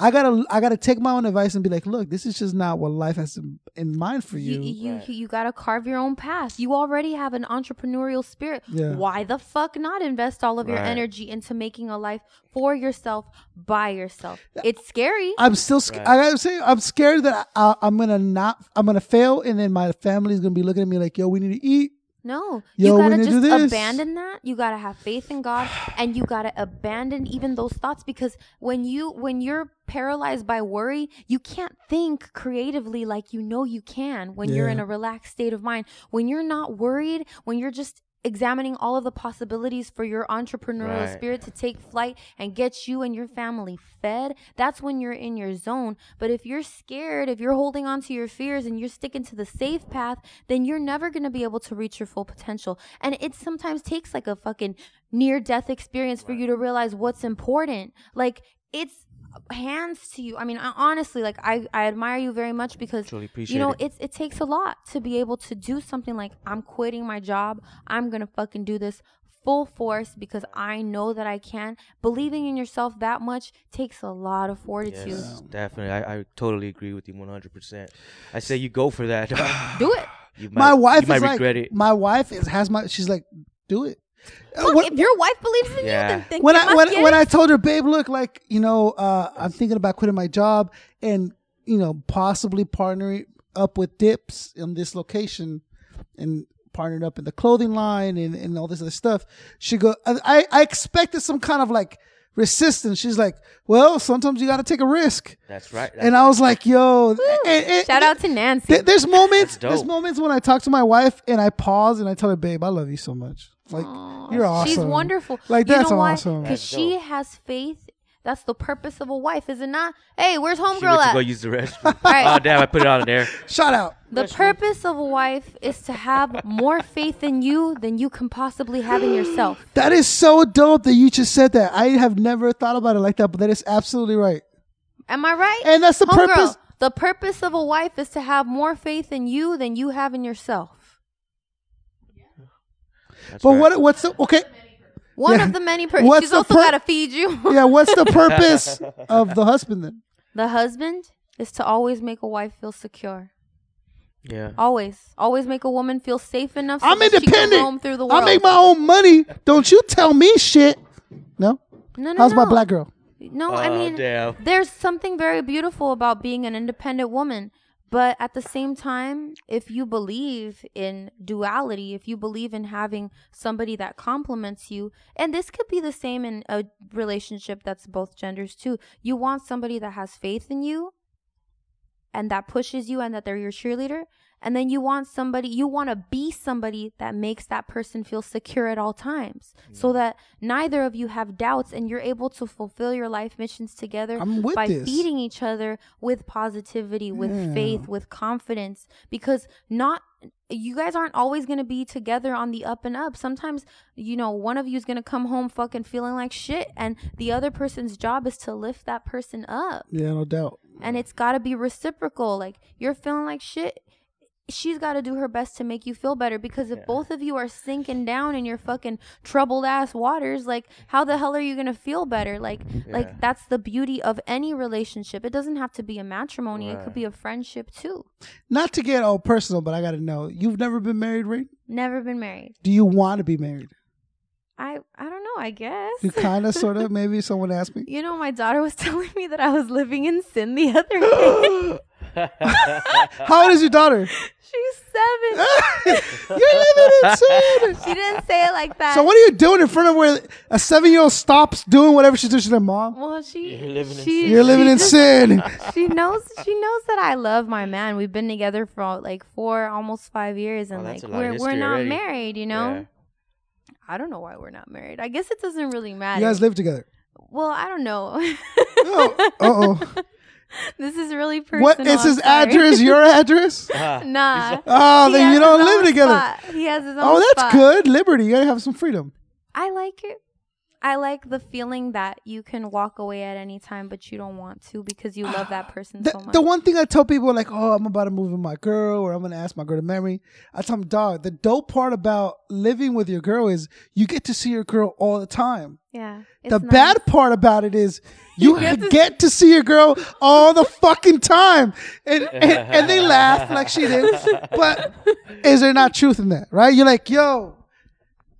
I gotta, I gotta take my own advice and be like, look, this is just not what life has in, in mind for You you. you, Right. you you gotta carve your own path. You already have an entrepreneurial spirit. Yeah. Why the fuck not invest all of your Right. energy into making a life for yourself by yourself? It's scary. I'm still, sc- Right. I gotta say, I'm scared that I, I'm gonna not, I'm gonna fail, and then my family's gonna be looking at me like, yo, we need to eat. No, Yo, you we gotta need to do just this. abandon that. You gotta have faith in God, and you gotta abandon even those thoughts because when you when you're paralyzed by worry, you can't think creatively like you know you can when you're in Yeah. a relaxed state of mind. When you're not worried, when you're just examining all of the possibilities for your entrepreneurial Right. spirit to take flight and get you and your family fed that's when you're in your zone but if you're scared if you're holding on to your fears and you're sticking to the safe path then you're never going to be able to reach your full potential and it sometimes takes like a fucking near death experience for you to realize what's important like it's hands to you i mean I, honestly like I, I admire you very much because Truly you know appreciate it. it's it takes a lot to be able to do something like I'm quitting my job. I'm gonna fucking do this full force because I know that I can. Believing in yourself that much takes a lot of fortitude. Yes, definitely. I, I totally agree with you 100%. I say you go for that. Do it. you might, my wife you might is like, regret it. my wife is has my, she's like, do it. Look, What- if your wife believes in Yeah. you, then, then when get I when, my when kid. I told her, babe, look, like you know, uh, I'm thinking about quitting my job and you know possibly partnering up with Dips in this location and partnering up in the clothing line and, and all this other stuff. She go, I I expected some kind of like resistance. She's like, well, sometimes you got to take a risk, That's right. and I was like, yo, and- and- shout out to Nancy. Th- there's moments. That's dope. There's moments when I talk to my wife and I pause and I tell her, "Babe, I love you so much. Like you're awesome. She's wonderful. Like you that's know why? awesome. Because That's she dope. has faith. That's the purpose of a wife, is it not? Hey, where's she homegirl went to at? go use the restroom. right. Oh, damn. I put it on there. Shout out. The purpose of a wife is to have more faith in you than you can possibly have in yourself. That is so dope that you just said that. I have never thought about it like that, but that is absolutely right. Am I right? And that's the purpose- The purpose of a wife is to have more faith in you than you have in yourself. That's but right. what what's the okay? One Yeah. of the many purposes. What's She's the also pur- got to feed you. Yeah, what's the purpose of the husband then? The husband is to always make a wife feel secure. Yeah. Always, always make a woman feel safe enough. So I'm that She can roam independent. through the I world. make my own money. Don't you tell me shit. No. no, no, How's my no. black girl? No, I Oh, mean, damn. there's something very beautiful about being an independent woman. But at the same time, if you believe in duality, if you believe in having somebody that complements you, and this could be the same in a relationship that's both genders too, you want somebody that has faith in you and that pushes you and that they're your cheerleader. And then you want somebody, you want to be somebody that makes that person feel secure at all times so that neither of you have doubts and you're able to fulfill your life missions together I'm with by this. feeding each other with positivity, with faith, with confidence because not you guys aren't always going to be together on the up and up. Sometimes, you know, one of you is going to come home fucking feeling like shit and the other person's job is to lift that person up Yeah, no doubt. and it's got to be reciprocal. Like you're feeling like shit. She's got to do her best to make you feel better because if both of you are sinking down in your fucking troubled ass waters, like how the hell are you going to feel better? Like Yeah. like that's the beauty of any relationship. It doesn't have to be a matrimony. It Right. could be a friendship too. Not to get all personal, but I got to know. You've never been married, right? Never been married. Do you want to be married? I I don't know, I You guess. kind of, sort of, maybe someone asked me. You know, my daughter was telling me that I was living in sin the other day. How old is your daughter? She's 7. You're living in sin. She didn't say it like that. So what are you doing in front of where a seven-year-old stops doing whatever she's doing to their mom? Well, she You're living in she, You're living she in just- sin. She knows she knows that I love my man. We've been together for like four, almost five years, and Oh, like that's a lot of we're we're history not already. married. You know, Yeah. I don't know why we're not married. I guess it doesn't really You matter. guys live together. well, I don't know. Oh, uh-oh. this is really personal. What is I'm his sorry. address? Your address? Ah, Nah. Oh, He then has you don't his live own together. spot. He has his own. Oh, that's spot. good. Liberty. You gotta have some freedom. I like it. I like the feeling that you can walk away at any time, but you don't want to because you love that person The, so much. the one thing I tell people, like, oh, I'm about to move with my girl, or I'm gonna ask my girl to marry. me. I tell them, dog, the dope part about living with your girl is you get to see your girl all the time. yeah. the it's nice. bad part about it is you get to see your girl all the fucking time, and and, and they laugh like she did. But is there not truth in that? Right? You're like, yo,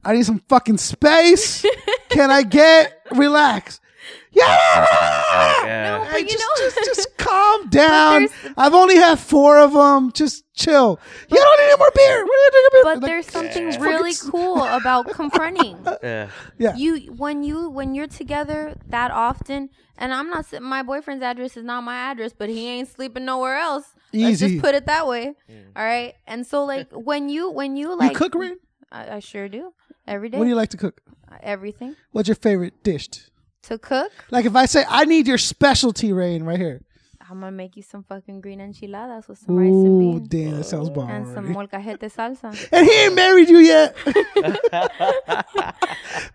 I need some fucking space. Can I get relaxed? Yeah. yeah. No, Hey, you just, know- just, just calm down. there's- I've only had four of them. Just chill. you don't need any more beer. What are you drinking beer? but Like, there's something fucking really s- cool about confronting Yeah. yeah. you when you when you're together that often and i'm not s- my boyfriend's address is not my address but he ain't sleeping nowhere else let's Easy. just put it that way all right and so like when you when you like you cook, Ren? I, I sure do every day What do you like to cook? everything What's your favorite dish? to cook Like if I say I need your specialty, Rain, right here. i'm gonna make you some fucking green enchiladas with some rice and Ooh, beans damn, that sounds bomb. and some already. molcajete salsa and he ain't married you yet.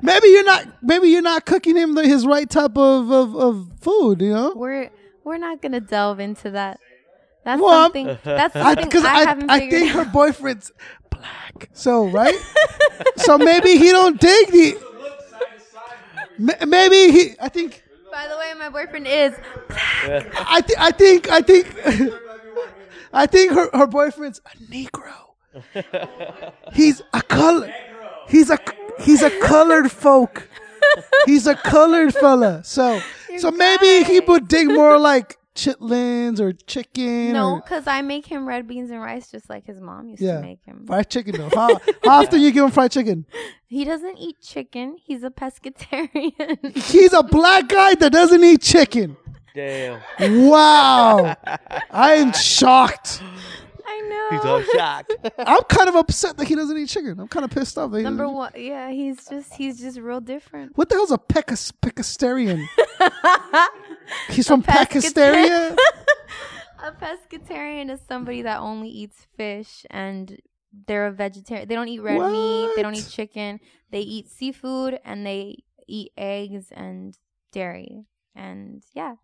maybe you're not. Maybe you're not cooking him the, his right type of, of, of food. You know, we're we're not gonna delve into that that's Well, I'm- something that's something because I, I, I, haven't figured think out. her boyfriend's black. So right. so maybe he don't dig the. Ma- Maybe he. I think. By the way, my boyfriend is. I, th- I think I think I think her, her boyfriend's a Negro. He's a color. He's a he's a colored folk. He's a colored fella. So so maybe he would dig more like chitlins or chicken. No, or because I make him red beans and rice just like his mom used yeah, to make him. fried chicken though. How, how often you give him fried chicken? He doesn't eat chicken. He's a pescatarian. He's a black guy that doesn't eat chicken. Damn. Wow, I am shocked. I He's know. all shocked. I'm kind of upset that he doesn't eat chicken. I'm kind of pissed off. That he Number doesn't- one, yeah, he's just he's just real different. What the hell's a pecus pecastarian? He's from Pakistaria. pescatarian. A pescatarian is somebody that only eats fish and they're a vegetarian. They don't eat red meat. They don't What? eat chicken. They eat seafood and they eat eggs and dairy. And yeah,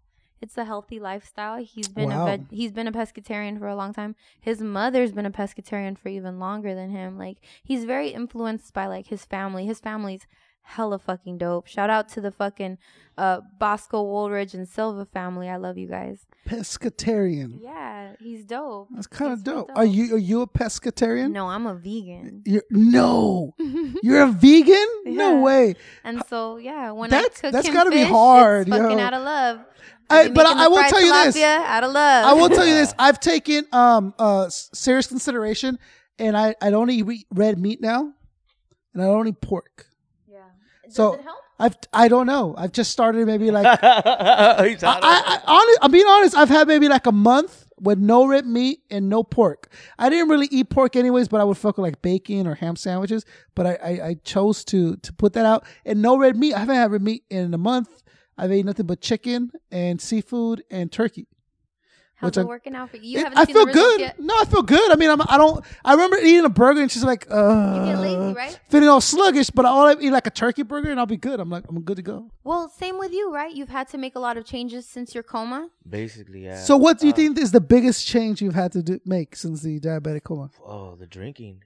it's a healthy lifestyle. He's been Wow. a veg- he's been a pescatarian for a long time. His mother's been a pescatarian for even longer than him. Like he's very influenced by like his family. His family's hella fucking dope. Shout out to the fucking uh Bosco Woolridge and Silva family. I love you guys. pescatarian. Yeah, he's dope. That's kind of He's real dope. Are you are you a pescatarian? No, I'm a vegan. You're, no, you're a vegan? No Yeah. way. And so yeah, when That's- I cook that's him gotta be fish, it's hard, fucking yo. out of love. I- be but making I- I the will fried tell you this. tilapia out of love. I will tell you this. I've taken um uh s- serious consideration, and I I don't eat re- red meat now, and I don't eat pork. Yeah. So Does it help? I've I don't know. I've just started maybe like He's out of- I, I honest, I'm being honest. I've had maybe like a month with no red meat and no pork. I didn't really eat pork anyways, but I would fuck with like bacon or ham sandwiches. But I, I, I chose to to put that out and no red meat. I haven't had red meat in a month. I've ate nothing but chicken and seafood and turkey. How's which it I'm- working out for you? You It- haven't I seen feel the results good. yet. No, I feel good. I mean, I'm, I don't. I remember eating a burger and she's like, uh, get lazy, right? feeling all sluggish. But all I eat like a turkey burger and I'll be good. I'm like, I'm good to go. Well, same with you, right? You've had to make a lot of changes since your coma. Basically, yeah. So, what do you Uh, think is the biggest change you've had to do, make since the diabetic coma? Oh, the drinking.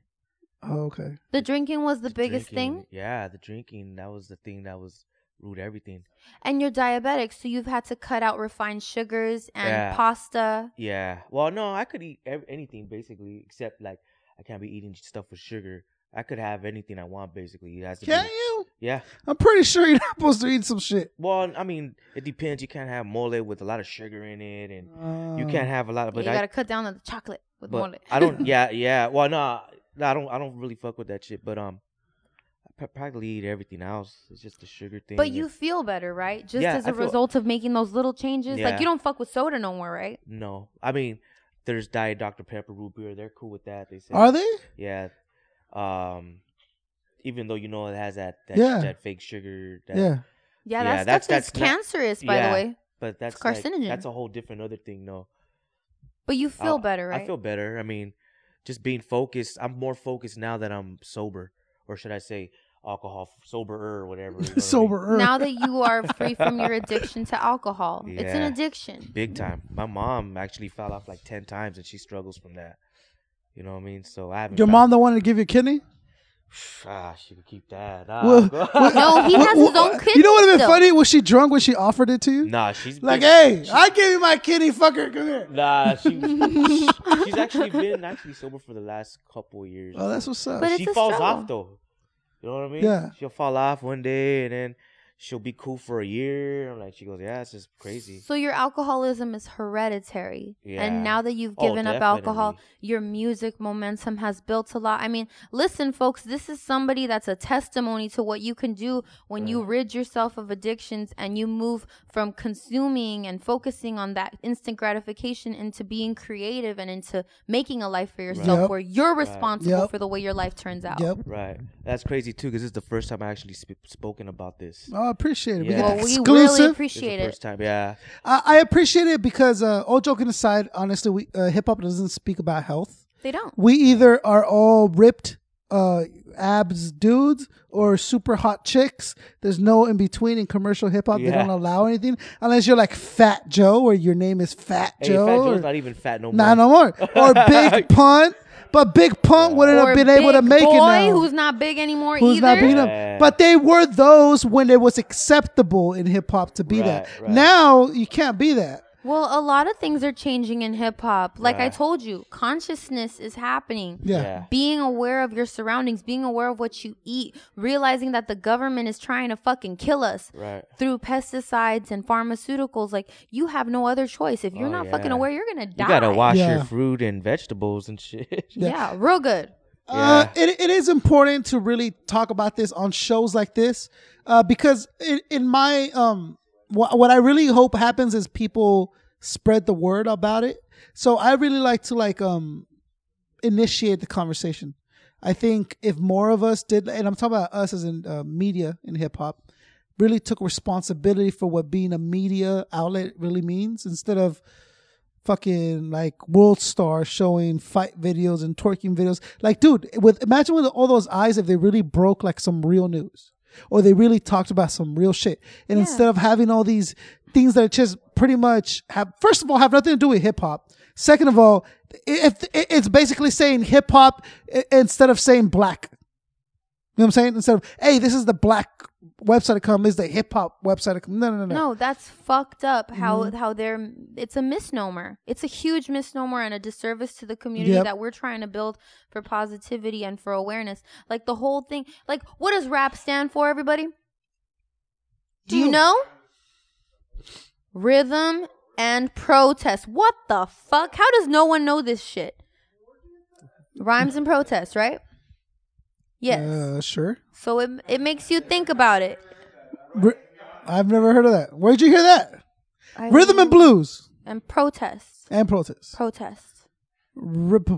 Oh, okay. The drinking was the biggest Drinking, thing, Yeah, the drinking. That was the thing that was root everything. and you're diabetic, so you've had to cut out refined sugars and Yeah. pasta. Yeah. Well, no, I could eat ev- anything basically, except like I can't be eating stuff with sugar. I could have anything I want basically. It has to Can be, you? yeah. I'm pretty sure you're not supposed to eat some shit. Well, I mean, it depends. You can't have mole with a lot of sugar in it, and Oh. Um, you can't have a lot of. But you I, gotta cut down on the chocolate with but more. I don't. Yeah, yeah. Well, no, no, I don't. I don't really fuck with that shit. But um, I pr- probably eat everything else. It's just the sugar thing. But and- you feel better, right? Just Yeah, as I a feel- result of making those little changes. Yeah. Like you don't fuck with soda no more, right? No, I mean, there's Diet Dr Pepper root beer. They're cool with that. They say. Are they? Yeah. Um, even though you know it has that that, Yeah. that fake sugar. That, yeah. Yeah, Yeah, that that's- stuff that's, that's not- cancerous, by Yeah. the way. But that's carcinogen. Like, that's a whole different other thing. No, But you feel I'll- better, right? I feel better. I mean, just being focused. I'm more focused now that I'm sober, or should I say, alcohol sober or whatever. you know what I mean? Sober. now that you are free from your addiction to alcohol. It's an Yeah. addiction. Big time. My mom actually fell off like ten times, and she struggles from that. You know what I mean? So I haven't. Your mom found- the one to give you a kidney? Ah, she could keep that. Ah, Well- God. No, he has You his own know what would have kidney been still. funny? Was she drunk when she offered it to you? nah, she's Like, been- hey, I give you my kidney, fucker. Come here. Nah, she, she's actually been actually sober for the last couple years. Oh, that's what's up. But uh, she it's a falls struggle. off though. You know what I mean? Yeah. She'll fall off one day and then she'll be cool for a year. I'm like, she goes, yeah, it's just crazy. So your alcoholism is hereditary. Yeah. And now that you've Oh, given up alcohol, definitely. your music momentum has built a lot. I mean, listen folks, this is somebody that's a testimony to what you can do when you rid yourself of addictions and you move from consuming and focusing on that instant gratification into being creative and into making a life for yourself Yep. where you're responsible Yep. for the way your life turns out. Yep. Right. That's crazy too, because this is the first time I actually sp- spoken about this. Oh, I appreciate it. We Yeah. got Well, the we exclusive. really This is appreciate the it. first time, yeah. I, I appreciate it because, uh, all joking aside, honestly, we uh, hip hop doesn't speak about health. They don't. We either are all ripped, uh, abs dudes or super hot chicks. There's no in between in commercial hip hop. They Yeah. don't allow anything unless you're like Fat Joe or your name is Fat Hey, Joe. Fat or- Joe's not even fat no more. Nah, no more. Or Big Punt. But Big Punt wouldn't Or have been able to big make boy it now. who's not big anymore Who's either. not being Yeah. up. But they were those when it was acceptable in hip hop to be Right, that. right. Now you can't be that. Well, a lot of things are changing in hip hop. Like I Right. told you, consciousness is happening. Yeah. Yeah. Being aware of your surroundings, being aware of what you eat, realizing that the government is trying to fucking kill us Right. through pesticides and pharmaceuticals. Like you have no other choice. If you're Oh, not yeah. fucking aware, you're gonna die. You gotta wash Yeah. your fruit and vegetables and shit. Yeah. real good. Uh, Yeah. it, it is important to really talk about this on shows like this uh, because in, in my um what, what i really hope happens is people spread the word about it so i really like to like um initiate the conversation i think if more of us did and i'm talking about us as in uh, media in hip-hop really took responsibility for what being a media outlet really means instead of fucking like world star showing fight videos and twerking videos. Like, dude, with imagine with all those eyes if they really broke like some real news or they really talked about some real shit. And instead of having all these things that are just pretty much have, first of all, have nothing to do with hip hop. Second of all, i- if i- it's basically saying hip hop i- instead of saying black. You know what I'm saying? Instead of, hey, this is the black website to come, this is the hip hop website to come. No, no, no, no. Mm-hmm. No, that's fucked up. How how they're it's a misnomer. It's a huge misnomer and a disservice to the community Yep. that we're trying to build for positivity and for awareness. Like the whole thing. Like what does rap stand for, everybody? Do you know? Rhythm and protest. What the fuck? How does no one know this shit? Rhymes and protest, right? Yes. Uh, sure. so it it makes you think about it. R- I've never heard of that. Where'd you hear that? I- Rhythm and blues and protest. and protest. Protest. Rip,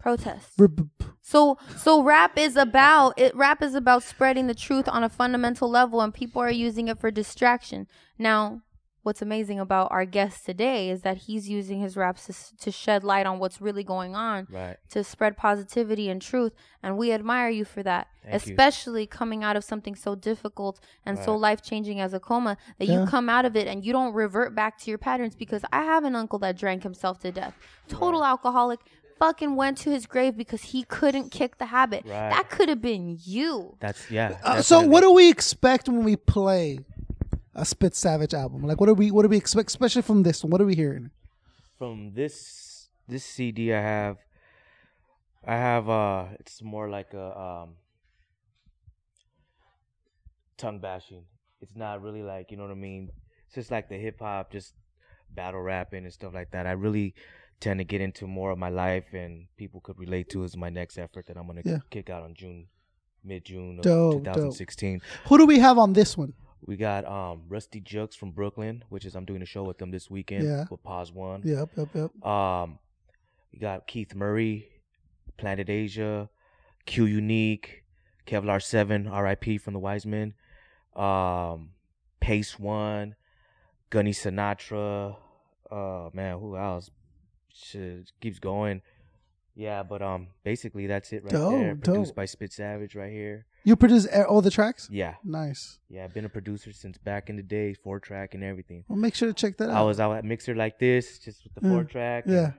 Protest. rip, So so rap is about it rap is about spreading the truth on a fundamental level and people are using it for distraction. Now, what's amazing about our guest today is that he's using his raps to, s- to shed light on what's really going on Right. to spread positivity and truth and we admire you for that Thank you. especially coming out of something so difficult and so Right. life-changing as a coma that you Yeah. come out of it and you don't revert back to your patterns because i have an uncle that drank himself to death total alcoholic fucking went to his grave because he couldn't kick the habit Right. that could have been you That's yeah. Uh, that's so it. what do we expect when we play a Spit Savage album? Like what do we what do we expect especially from this one? What are we hearing? from this this CD I have I have uh it's more like a um tongue bashing. It's not really like, you know what I mean? It's just like the hip hop just battle rapping and stuff like that. I really tend to get into more of my life and people could relate to is my next effort that I'm going to Yeah. kick out on June mid June of Dope, dope. 2016. Who do we have on this one? We got um Rusty Jux from Brooklyn, which is I'm doing a show with them this weekend Yeah. with Pause 1. Yep, yep, yep. Um, you got Keith Murray, Planet Asia, Q Unique, Kevlar Seven, R.I.P. from the Wise Men, um, Pace One, Gunny Sinatra. Uh, man, who else? Shit, keeps going. Yeah, but um, basically that's it right Dope, there. Produced dope. by Spit Savage right here. You produce e- all the tracks? Yeah, Nice. yeah. I've been a producer since back in the day, four track and everything. Well make sure to check that out. I was out at Mixer like this, just with the Mm, four track. and yeah.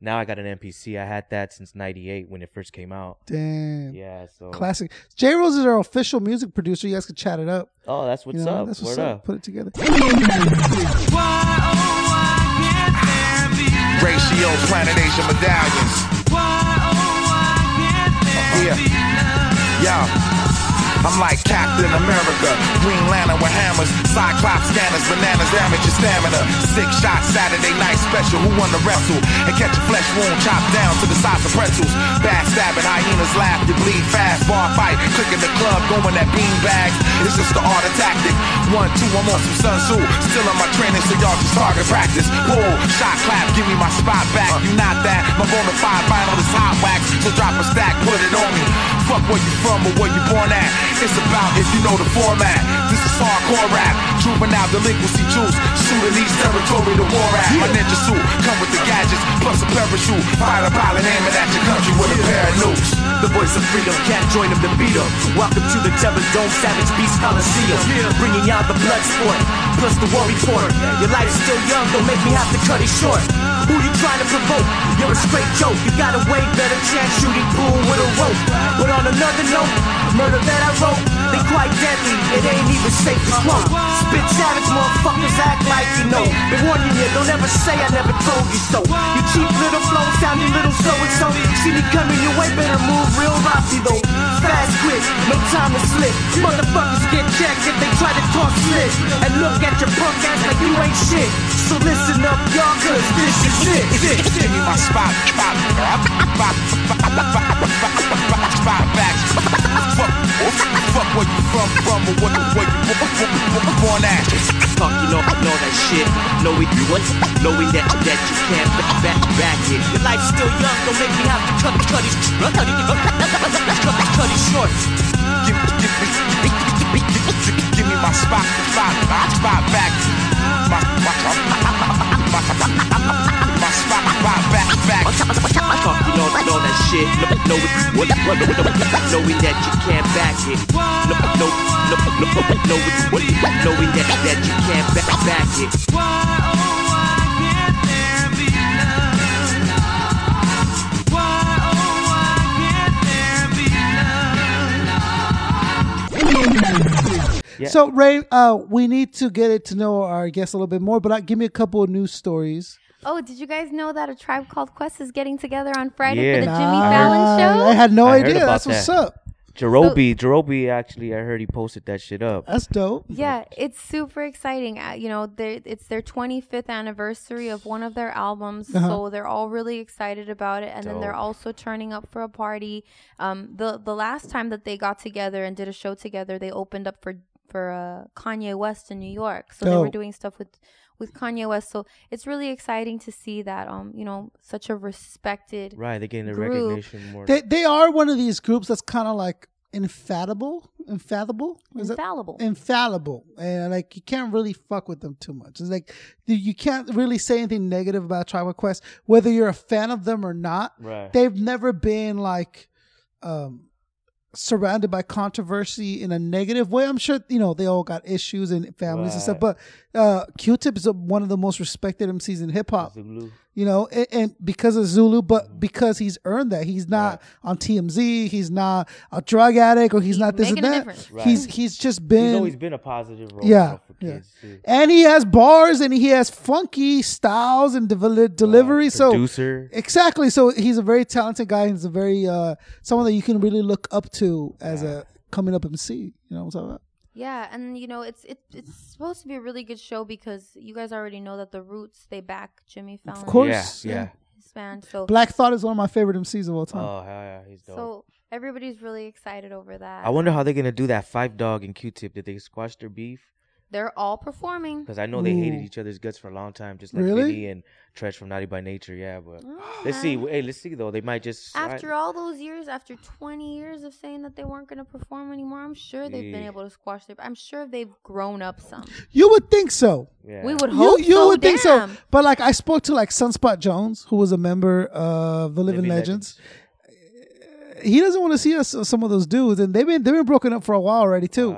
Now I got an NPC. I had that since '98 when it first came out. Damn. Yeah, so Classic. J Rose is our official music producer. You guys can chat it up. oh, that's You what's know, up. That's what's Word up. up. Put it together. Ratio Planet Asia medallions. Yeah. Yeah. I'm like Captain America, Green Lantern with hammers, Cyclops scanners, bananas damage your stamina. Six shot Saturday night special, who won the wrestle? And catch a flesh wound chopped down to the size of pretzels. Bad stabbing, hyenas laugh, you bleed fast. Bar fight, clicking the club, going at bean bags. It's just the art of tactic. One, two, I'm on some Sun Tzu. Still on my training, so y'all just target practice. Pull, shot clap, give me my spot back. You not that, my bona fide vinyl is hot wax. So drop a stack, put it on me. Fuck where you from or where you born at. It's about if you know the format. This is hardcore rap. Juvenile delinquency juice. Sudanese territory, the war rap. My ninja suit. Come with the gadgets, plus a parachute. Fire the pilot, aim it at your country with a pair of nukes. The voice of freedom, can't join them to beat 'em. Welcome to the Terror Dome Savage Beast Coliseum. Bringing y'all the blood sport, plus the war report. Your life's still young, don't make me have to cut it short. Who you trying to provoke? You're a straight joke. You got a way better chance shooting pool with a rope. But on another note, murder that I wrote, they quite deadly. It ain't even safe to smoke. Spit savage motherfuckers act like you know. Been warning you, don't ever say I never told you so. You cheap little flow sounding little so and so. See me coming your way, better move real rocky though. Fast, quick, no time to slip. Motherfuckers get checked if they try to talk slick. And look at your punk ass like you ain't shit. So listen up, y'all, cause this is it. Give me my spot, spot, spot, spot, spot, spot, spot back. Fuck, fuck where you from, from or what, where you where you born at. Fuck, you know, know that shit. Knowing you what? Knowing that, that you can't back, back, back it. Your life's still young, don't make me have to cut, cut it, cut it, cut it, cut it short. Give, give, give, give, give, give, give, give, give me my spot, spot, spot, spot back. My, my, my, my, my, my spot, spot back, back. Fuck, you know, know that shit. Know, know, what, what, what, knowing that you can't back it. Know, know, know, know, know, what, knowing that, that you can't back, back it. So Ray, uh, we need to get it to know our guests a little bit more. But uh, give me a couple of news stories. Oh, did you guys know that a tribe called Quest is getting together on Friday for Yeah. the Jimmy Ah, Fallon show? I had no I heard idea. about That's what's that. up. Jerobi, Jerobi, actually, I heard he posted that shit up. That's dope. Yeah, it's super exciting. Uh, you know, they're- it's their 25th anniversary of one of their albums, so they're all really excited about it. And then they're Uh-huh. Dope. also turning up for a party. Um, the the last time that they got together and did a show together, they opened up for for uh, Kanye West in New York. So they were Dope. doing stuff with with Kanye West. So it's really exciting to see that. Um, you know, such a respected. Right, they're getting the Group. recognition more. They they are one of these groups that's kind of like infallible, infallible, is it? Infallible. Infallible, and like you can't really fuck with them too much. It's like you- you can't really say anything negative about Tribal Quest, whether you're a fan of them or not. Right. They've never been like um surrounded by controversy in a negative way. I'm sure you know they all got issues and families and stuff, Right. but uh, Q-Tip is one of the most respected MCs in hip hop Zulu. you know, and, and because of Zulu, Mm-hmm. but because he's earned that, he's not on TMZ, he's not a drug addict, or he's, not this and making a that. difference. Right. He's he's just He's been, always been a positive role yeah, model for yeah. kids too. and he has bars and he has funky styles and deli- delivery. so Producer. exactly, so he's a very talented guy. He's a very uh, someone that you can really look up to as a coming up MC. You know what I'm talking about? Yeah, and you know it's it, it's supposed to be a really good show because you guys already know that the Roots they back Jimmy Fallon, course. Yeah, yeah. yeah. his band. So Black Thought is one of my favorite MCs of all time. Oh, hell yeah, he's dope. so everybody's really excited over that. I wonder how they're gonna do that Five Dog and Q-Tip. Did they squash their beef? They're all performing. Because I know they hated Ooh. each other's guts for a long time, just like Really? Vinny and Tretch from Naughty by Nature. Yeah, but let's see. Hey, let's see though. They might just Mm-hmm. After I- all those years, after 20 years of saying that they weren't going to perform anymore, I'm sure they've been Yeah. able to squash their. I'm sure they've grown up some. You would think so. yeah. We would You, hope. you so, would think so, damn. but like I spoke to like Sunspot Jones, who was a member of the Living, Living Legends. He doesn't want to see us uh, some of those dudes, and they've been they've been broken up for a while already too.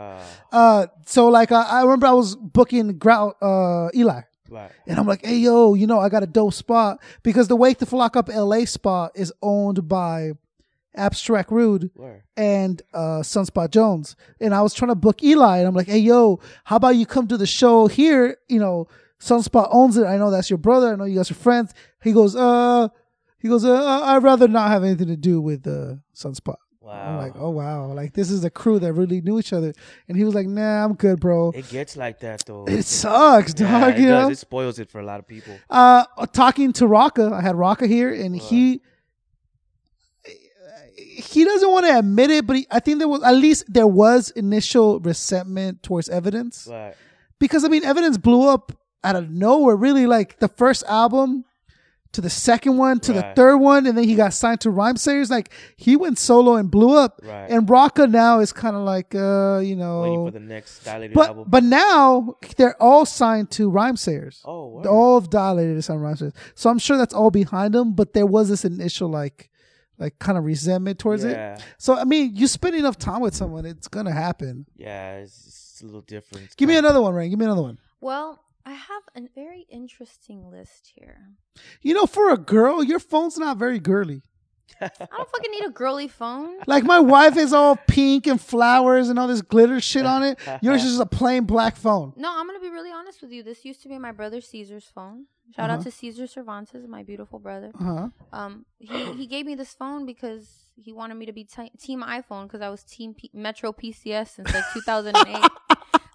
Uh, so like I, I remember I was booking Grout uh, Eli, Like, and I'm like, hey yo, you know I got a dope spot because the Wake the Flock Up L.A. spot is owned by Abstract Rude where? and uh, Sunspot Jones. And I was trying to book Eli, and I'm like, hey, yo, how about you come to the show here? You know, Sunspot owns it. I know that's your brother. I know you guys are friends. He goes, uh, he goes, uh, I'd rather not have anything to do with uh, Sunspot. I'm Wow. like, oh wow, like this is a crew that really knew each other. And he was like, nah, I'm good, bro. It, It gets like that though. sucks, dog. yeah, it you does. know, It spoils it for a lot of people. uh, talking to Rocca. I had Rocca here, and he he doesn't want to admit it, but he, I think there was at least there was initial resentment towards evidence But because I mean evidence blew up out of nowhere. Really, like the first album to the second one to the Right. third one, and then he got signed to Rhyme Sayers. Like he went solo and blew up, Right. and Rocca now is kind of like uh, you waiting for know. the next dilated album. But but now they're all signed to Rhyme Sayers oh, word. all of dilated is on Rogers. So I'm sure that's all behind him, but there was this initial like like kind of resentment towards Yeah. it. So I mean, you spend enough time with someone, it's gonna happen. yeah, it's, it's a little different. It's Give me kind another one, Ray. Give me another one. Well, I have a very interesting list here. You know, for a girl, your phone's not very girly. I don't fucking need a girly phone. Like my wife is all pink and flowers and all this glitter shit on it. Yours is just a plain black phone. No, I'm gonna be really honest with you. This used to be my brother Caesar's phone. Shout out to Caesar Cervantes, my beautiful brother. Uh-huh. Um, he he gave me this phone because he wanted me to be t- team iPhone because I was team P- Metro PCS since like 2008.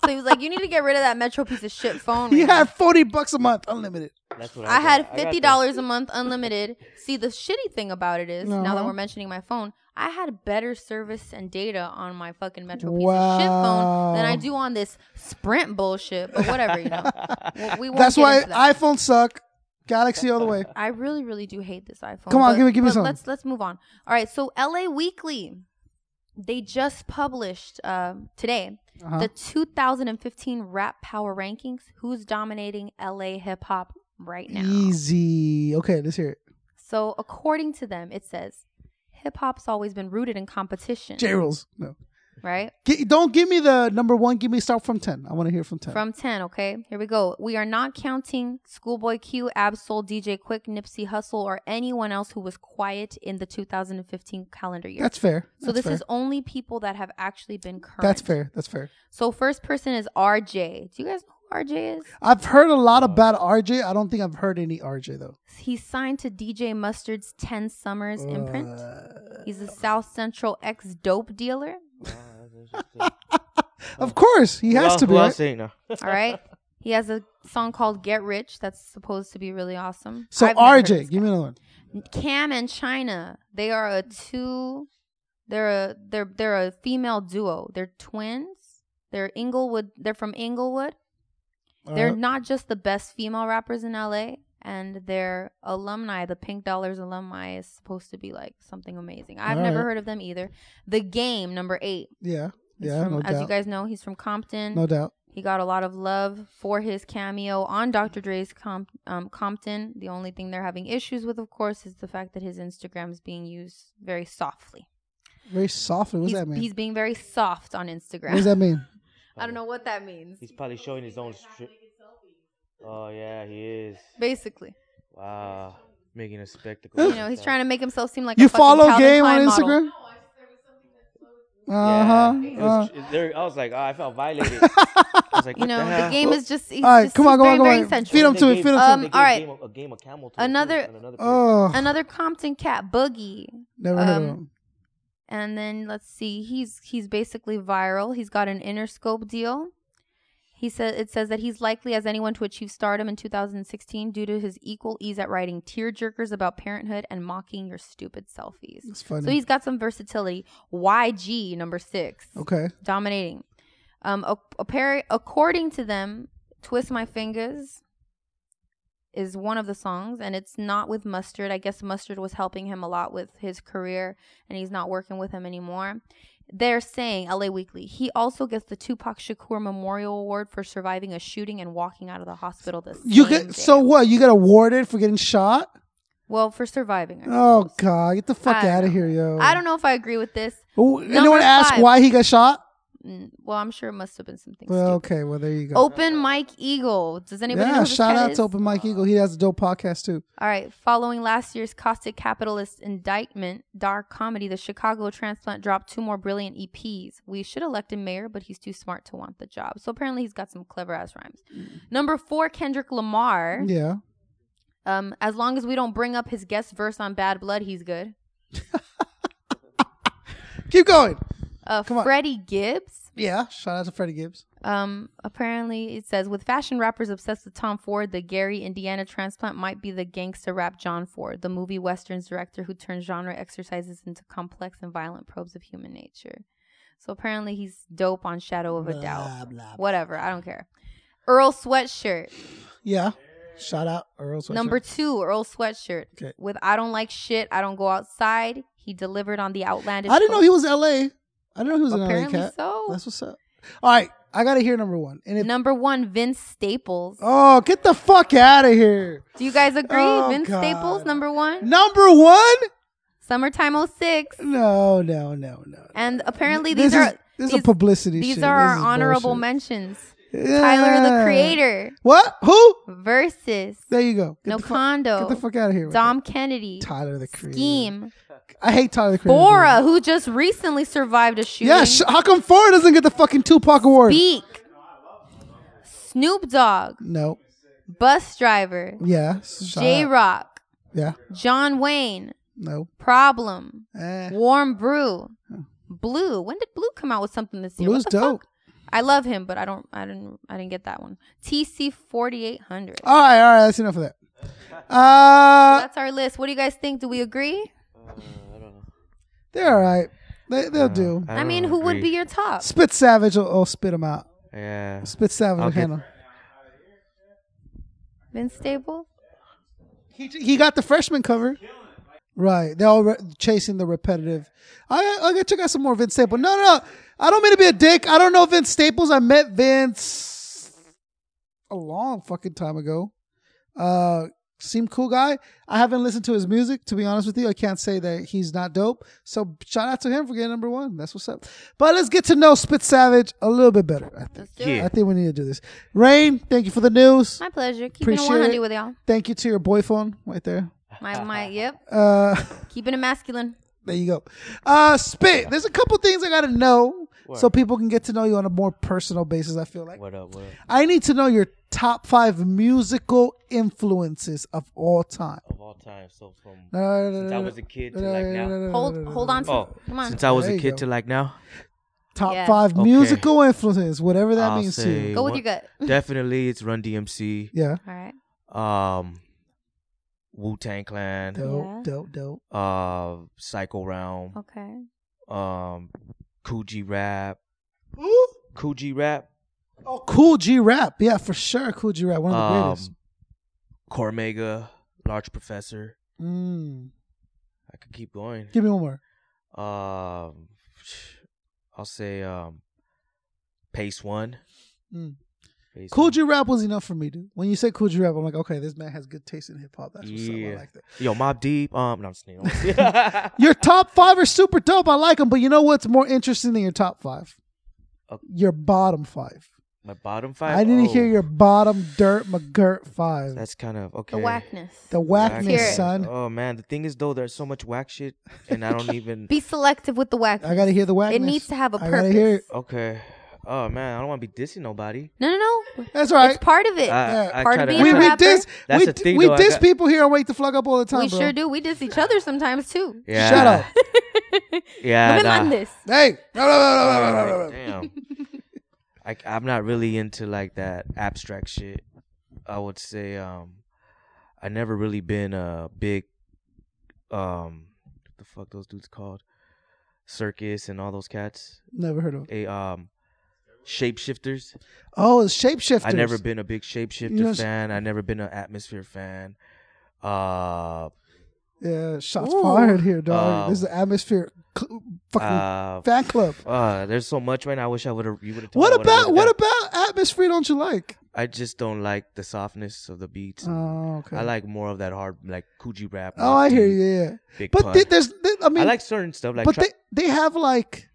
so he was like, "You need to get rid of that Metro piece of shit phone." You right now." had forty bucks a month, unlimited. of- that's what I had got. I got fifty the- dollars a month unlimited. See, the shitty thing about it is, now that Uh-huh. we're mentioning my phone, I had better service and data on my fucking Metro piece of shit Wow. phone than I do on this Sprint bullshit. But whatever, you know. Well, we won't That's get why into that. iPhone suck. Galaxy all the way. I really, really do hate this iPhone. Come on, but- give me- give me but some. Let's let's move on. All right, so LA Weekly, they just published uh, today Uh-huh. the 2015 Rap Power Rankings. Who's dominating LA hip hop right now? Easy. Okay, let's hear it. So according to them, it says hip hop's always been rooted in competition. J rules. No. right? Gi- don't give me the number one. Give me start from ten. I want to hear from ten. From 10, okay? Here we go. We are not counting Schoolboy Q, Absol, DJ Quick, Nipsey Hussle, or anyone else who was quiet in the 2015 calendar year. That's fair. so That's this fair. is only people that have actually been current. that's fair. That's fair. So first person is RJ. Do you guys know who RJ is? I've heard a lot about Oh. RJ. I don't think I've heard any RJ though. He's signed to DJ Mustard's 10 Summers imprint. Uh, He's a South Central ex dope dealer. Of course, he has Well, to be. Who right? else ain't no? All right. He has a song called Get Rich that's supposed to be really awesome. So I've never heard RJ, this give me another one. Cam and China, they are a two. They're a they're they're a female duo. They're twins. They're Inglewood. They're from Inglewood. They're Alright. not just the best female rappers in LA, and their alumni, the Pink Dollars alumni, is supposed to be like something amazing. I've never Alright. heard of them either. The Game number eight. Yeah, He's yeah, from- no as you doubt, guys know, he's from Compton. no doubt. He got a lot of love for his cameo on Dr. Dre's Comp- um, Compton. The only thing they're having issues with, of course, is the fact that his Instagram is being used very softly. Very softly. What he's, does that mean? he's being very soft on What Instagram. does that mean? I don't know what that means. He's probably showing his own strip. Oh yeah, he is. Basically, Wow, making a spectacle. you know, he's trying to make himself seem like You a fucking follow Calvin Game on Klein model. Instagram? Oh, Uh Yeah, it huh. was- there- I was like, oh, I felt violated. I was like, You know, the game is just. He's All right, just, come on, he's go on, very, go very on. sensual. Feed him to it, feed him Um, to it. all right. A game of camel to a Another- kid on another pig. Oh, Another Compton cat, Boogie. never heard of um, him. and then let's see he's he's basically viral he's got an interscope deal he said it says that he's likely as anyone to achieve stardom in 2016 due to his equal ease at writing tearjerkers about parenthood and mocking your stupid selfies It's funny. so he's got some versatility yg number six okay. dominating um a, appar- according to them twist my fingers is one of the songs and it's not with mustard i guess mustard was helping him a lot with his career and he's not working with him anymore they're saying la weekly he also gets the tupac shakur memorial award for surviving a shooting and walking out of the hospital this You get so what? You get awarded for getting shot? well for surviving I Oh suppose. god, get the fuck I don't out of know. here, yo. i don't know if i agree with this Who- Number Anyone ask five. why he got shot? Mm, well i'm sure it must have been something Well, stupid. okay. Well, there you go. open mike eagle does anybody know yeah, who this shout cat out is? to Open Mike Eagle. He has a dope podcast too. All right. Following last year's caustic capitalist indictment, dark comedy, the Chicago transplant dropped two more brilliant EPs. We should elect a mayor, but he's too smart to want the job. So apparently he's got some clever ass rhymes. Number four, Kendrick Lamar. Mm. Yeah. Um, as long as we don't bring up his guest verse on Bad Blood, he's good. Keep going. Uh, Come on. Freddie Gibbs. Yeah. Shout out to Freddie Gibbs. Um, apparently it says with fashion rappers obsessed with Tom Ford, the Gary Indiana transplant might be the gangster rap John Ford, the movie westerns director who turns genre exercises into complex and violent probes of human nature. So apparently he's dope on Shadow of a Doubt. Whatever, I don't care. Earl Sweatshirt, Yeah. Shout out Earl Sweatshirt. number two, Earl Sweatshirt. Okay. With I don't like shit, I don't go outside. He delivered on the outlandish. I didn't know hook. he was L.A. I didn't know he was an Apparently L.A. cat. so. That's what's up. All right, I gotta hear number one. And if Number one, Vince Staples. oh, get the fuck out of here. Do you guys agree? Oh, Vince God. Staples, number one. Number one? Summertime 06. No, no, no, no. And apparently This these is- are this is these, a publicity. these shit. are This our is honorable bullshit. mentions. Yeah. Tyler the Creator What? Who? versus There you go. Get No the fu- Condo, Get the fuck out of here. with Dom that. Kennedy, Tyler the Creator. Scheme, I hate Tyler the Creator. Bora, who just recently survived a shooting, Yeah, sh- how come Ford doesn't get the fucking Tupac award? Beak, Snoop Dogg, no. Bus Driver, Yeah. Shut J up. Rock, Yeah. John Wayne, No. Problem, Eh. Warm Brew, Blue. When did Blue come out with something this year? Blue's what the dope. fuck? I love him, but I don't. I didn't. I didn't get that one. TC forty eight hundred. All right, all right. That's enough of that. Uh, That's our list. What do you guys think? Do we agree? they're all right. They, they'll do. I, mean, don't who would be agree. your top? Spit Savage will, will spit them out. Yeah. Spit Savage will Okay. handle. 'em. Vince Staples. He, he got the freshman cover. Right. They're all re- chasing the repetitive. I, I gotta check out some more Vince Staples. No, no, no. I don't mean to be a dick. I don't know Vince Staples. I met Vince a long fucking time ago. Uh, seemed cool guy. I haven't listened to his music to be honest with you. I can't say that he's not dope. So shout out to him for getting number one. That's what's up. But let's get to know Spit Savage a little bit better. I think. Yeah. I think we need to do this. Rain, thank you for the news. My pleasure. Keeping Appreciate it 100 it. with y'all. Thank you to your boy phone right there. My, my, yep. Uh, Keeping it masculine. there you go. Uh, Spit. There's a couple things I gotta know so people can get to know you on a more personal basis. I feel like What up? What up? I need to know your top five musical influences of all time. Of all time, so from No, no, no, since no, I no. was a kid to No, like no, no, no, now. no, Hold, no, no, no. hold on. To, Oh, come on. since I was uh, There a you kid go. to like now. Top Yeah. five Okay. musical influences, whatever that I'll means to say you. Go with one- your gut. Definitely, it's Run DMC. Yeah. All right. Um, Wu Tang Clan. Dope, Yeah. dope, dope. Uh, Psycho Realm. Okay. um Coogee rap. Coogee rap. Oh, cool G rap. Yeah, for sure. Cool G rap. One of the Um greatest. Cormega, Large Professor. Mm. I could keep going. Give me one more. Um I'll say um Pace One. Mm. Pace Cool One. G rap was enough for me, dude. When you say Cool G rap, I'm like, okay, this man has good taste in hip hop. That's what's up. I Yeah. like that. Yo, Mob Deep. Um no, I'm just kidding. Your top five are super dope. I like them, but you know what's more interesting than your top five? Oh. Your bottom five. My bottom five. I need to Oh, hear your bottom dirt McGirt five. that's kind of okay. The whackness. the Let's hear whackness, it. son. Oh man, the thing is though, there's so much whack shit and I don't even Be selective with the whackness. I gotta hear the whackness. it needs to have a I purpose. gotta hear it. Okay. Oh man, I don't wanna be dissing nobody. No, no, no. That's all right. It's part of it. I- I part try of to- being we, a we rapper. diss That's we, the thing, we though, I diss got- people here on wake the fuck up all the time we bro. sure do. We diss each other sometimes too. Yeah. shut up Yeah. Women nah. on this. hey blah, blah, blah, blah, blah, blah, Like, blah. damn. I, I'm not really into like that abstract shit. I would say um, I never really been a big um, what the fuck those dudes called circus and all those cats. never heard of it. A um, shapeshifters. oh it's shapeshifters I never been a big shapeshifter You know, s- fan. I never been an atmosphere fan. Uh, yeah shots Ooh. fired here dog Um, this is the atmosphere cl- fucking uh, fan club uh, there's so much right now. I wish I would have. You would have. what about what about atmosphere don't you like I just don't like the softness of the beats. and oh okay I like more of that hard, like Coogee rap. oh I hear you yeah Big but pun. th- there's th- I mean I like certain stuff. Like, but try- they they have like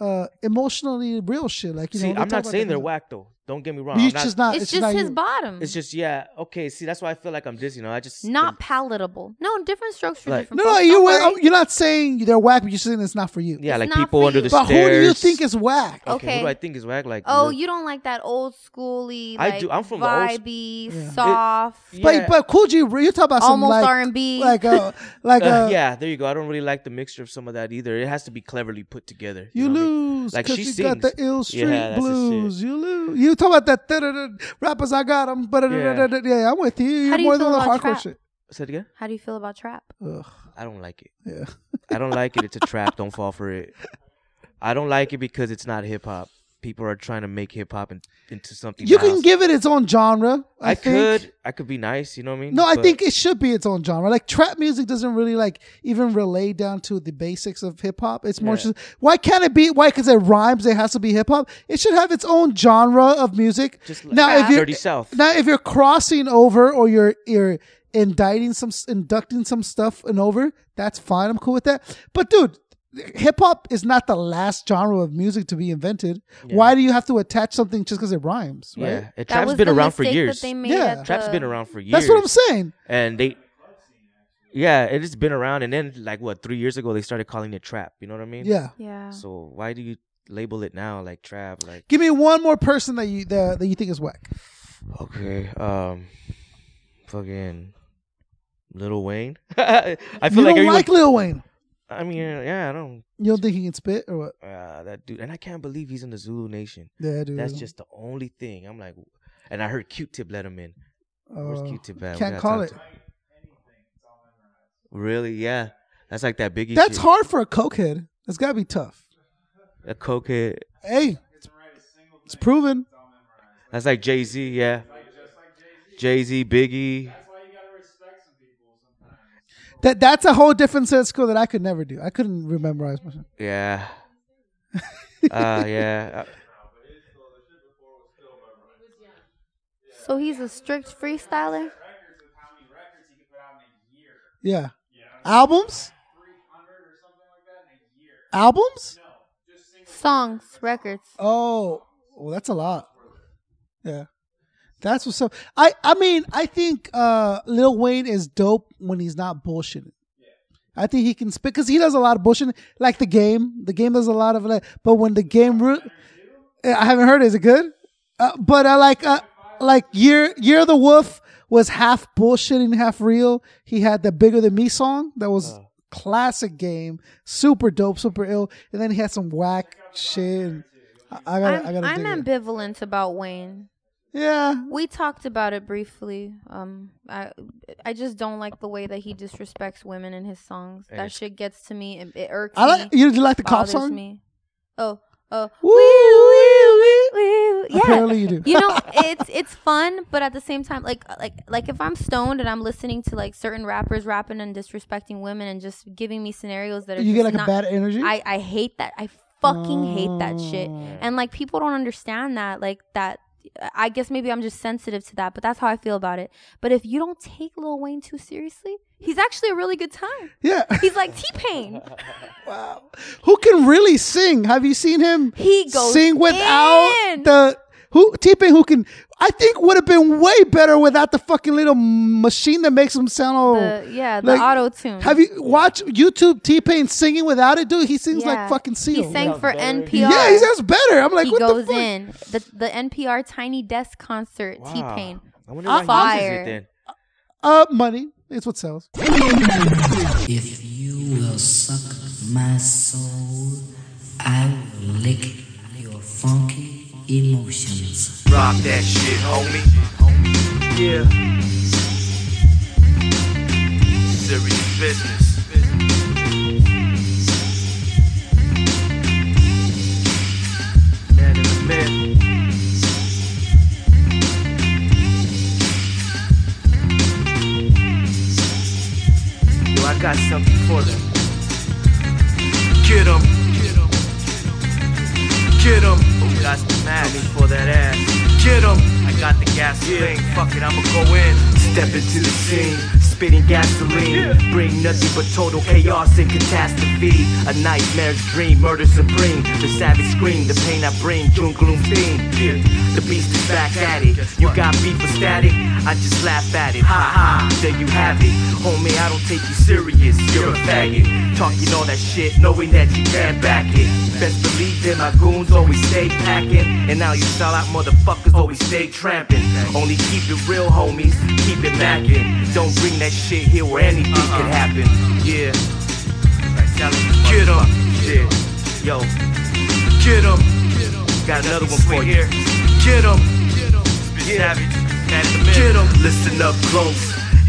uh emotionally real shit like you see, know they I'm talk not about saying that- they're whack though. Don't get me wrong. But I'm it's not- just not it's, Uh, it's just not his you. bottom. It's just yeah. Okay. See, that's why I feel like I'm dissing. You know, I just not palatable. No, different strokes for Like- different No, no, folks. you Don't were, worry. oh, you're not saying they're whack, but you're saying it's not for you. yeah, like not people for under you. the But stairs. who do you think is whack? Oh, Who do Okay. I think is whack? Like Oh, look- you don't like that old schooly. I Like, do. I'm from the old- vibey, Yeah. It- soft. Yeah. But but Cool G, you're talking about some Almost like R&B. like a like Uh, a yeah, there you go. I don't really like the mixture of some of that either. It has to be cleverly put together. you know what I mean? lose Like, because she you got the sings. ill Yeah, street that's the shit. blues. You lose. You talking about that da-da-da, rappers? I got them. But yeah. yeah, I'm with you. You're How do you more feel than the about hardcore trap? shit. Say it again. How do you feel about trap? Ugh, I don't like it. yeah. I don't like it. It's a trap. Don't fall for it. I don't like it because it's not hip hop. People are trying to make hip hop in, into something. You can else. give it its own genre. I, I, think. could. I could be nice. You know what I mean? No, I But- think it should be its own genre. Like trap music doesn't really like even relay down to the basics of hip hop. It's more Yeah. just why can't it be why because it rhymes. It has to be hip hop. It should have its own genre of music. Just like now, if you're Dirty South. now if you're crossing over or you're you're indicting some inducting some stuff and over, that's fine. I'm cool with that. But dude. Hip hop is not the last genre of music to be invented. Why do you have to attach something just because it rhymes? Right? Yeah, and That trap's was been the around for mistake that years. they made Yeah. at Trap's the- been around for years. That's what I'm saying. And they, yeah, it has been around. And then, like what, three years ago, they started calling it trap. You know what I mean? Yeah. Yeah. So why do you label it now like trap? Like Give me one more person that you that, that you think is whack. okay, um, fucking Little Wayne. I feel you like don't everyone. like Lil Wayne. I mean, yeah, I don't. You don't think he can spit or what? Uh, that dude, and I can't believe he's in the Zulu Nation. Yeah, dude. That's just the only thing. I'm like, and I heard Q-Tip let him in. Where's Uh, Q-Tip at? We Can't gotta call talk it. to- Really? Yeah. That's like that Biggie. That's shit. hard for a cokehead. That's gotta be tough. A cokehead. Hey, it's, it's proven. That's like Jay Z, yeah. Jay Z, Biggie. That that's a whole different set of school that I could never do. I couldn't remember. as much. Yeah. Uh, yeah. Uh, So he's a strict freestyler. Yeah. Albums? Albums? Songs, records. Oh, well, that's a lot. Yeah. That's what's up. I, I mean, I think uh, Lil Wayne is dope when he's not bullshitting. I think he can spit because he does a lot of bullshitting, like the game. The game does a lot of that. But when the game, re- I haven't heard. it. Is it good? Uh, but I like, uh, like year year of the wolf was half bullshitting, half real. He had the bigger than me song that was classic game, super dope, super ill. And then he had some whack shit. and I, I gotta, I'm, I gotta I'm dig it. ambivalent about Wayne. Yeah, We talked about it briefly. Um, I I just don't like the way that he disrespects women in his songs. And that it's- shit gets to me. It, it irks I like. me. You, you like the cop bothers song? me. Oh, oh, Woo, woo, woo. woo, yeah. Apparently you do. you know, it's it's fun, but at the same time, like like like if I'm stoned and I'm listening to like certain rappers rapping and disrespecting women and just giving me scenarios that are You get like just a not- bad energy. Oh. I, I hate that. I fucking hate that shit. And like people don't understand that. Like that. I guess maybe I'm just sensitive to that, but that's how I feel about it. But if you don't take Lil Wayne too seriously, he's actually a really good time. yeah. He's like T Pain. Wow. Who can really sing? Have you seen him He goes sing without in. the who T-Pain who can I think would have been way better without the fucking little machine that makes him sound all The, yeah, the Like, auto tune. Have you watch YouTube T-Pain singing without it, dude? He sings like fucking He seal. sang for NPR. yeah, he sounds better. I'm like, he what goes the fuck? in the the NPR Tiny Desk concert. T Pain. I wonder why he uses Fire. it then. Uh, money. It's what sells. If you will suck my soul, I will lick your funky emotions. Rock that shit, homie. Yeah. Serious business. Man in the myth. Yo, I got something for them. Get 'em. Get 'em. Get 'em. Oh, that's the match for that ass. Get 'em. I got the gasoline. Fuck it, I'ma go in. Step into the scene, spitting gasoline. Bring nothing but total chaos and catastrophe. A nightmare's dream, murder supreme. The savage scream, the pain I bring, June gloom theme. The beast is back at it. You got beef for static, I just laugh at it. Ha ha, there you have it. Homie, I don't take you serious, you're a faggot. Talking all that shit, knowing that you can't back it. Best believe that my goons always stay packing. And now you sell out motherfuckers always stay tramping. Only keep it real, homies, keep it mackin'. Don't bring that shit here where anything could Uh-huh. happen. Yeah. Get 'em. Shit. Yo, Get 'em. got another one for you. Get 'em. Savage, get 'em. Listen up close.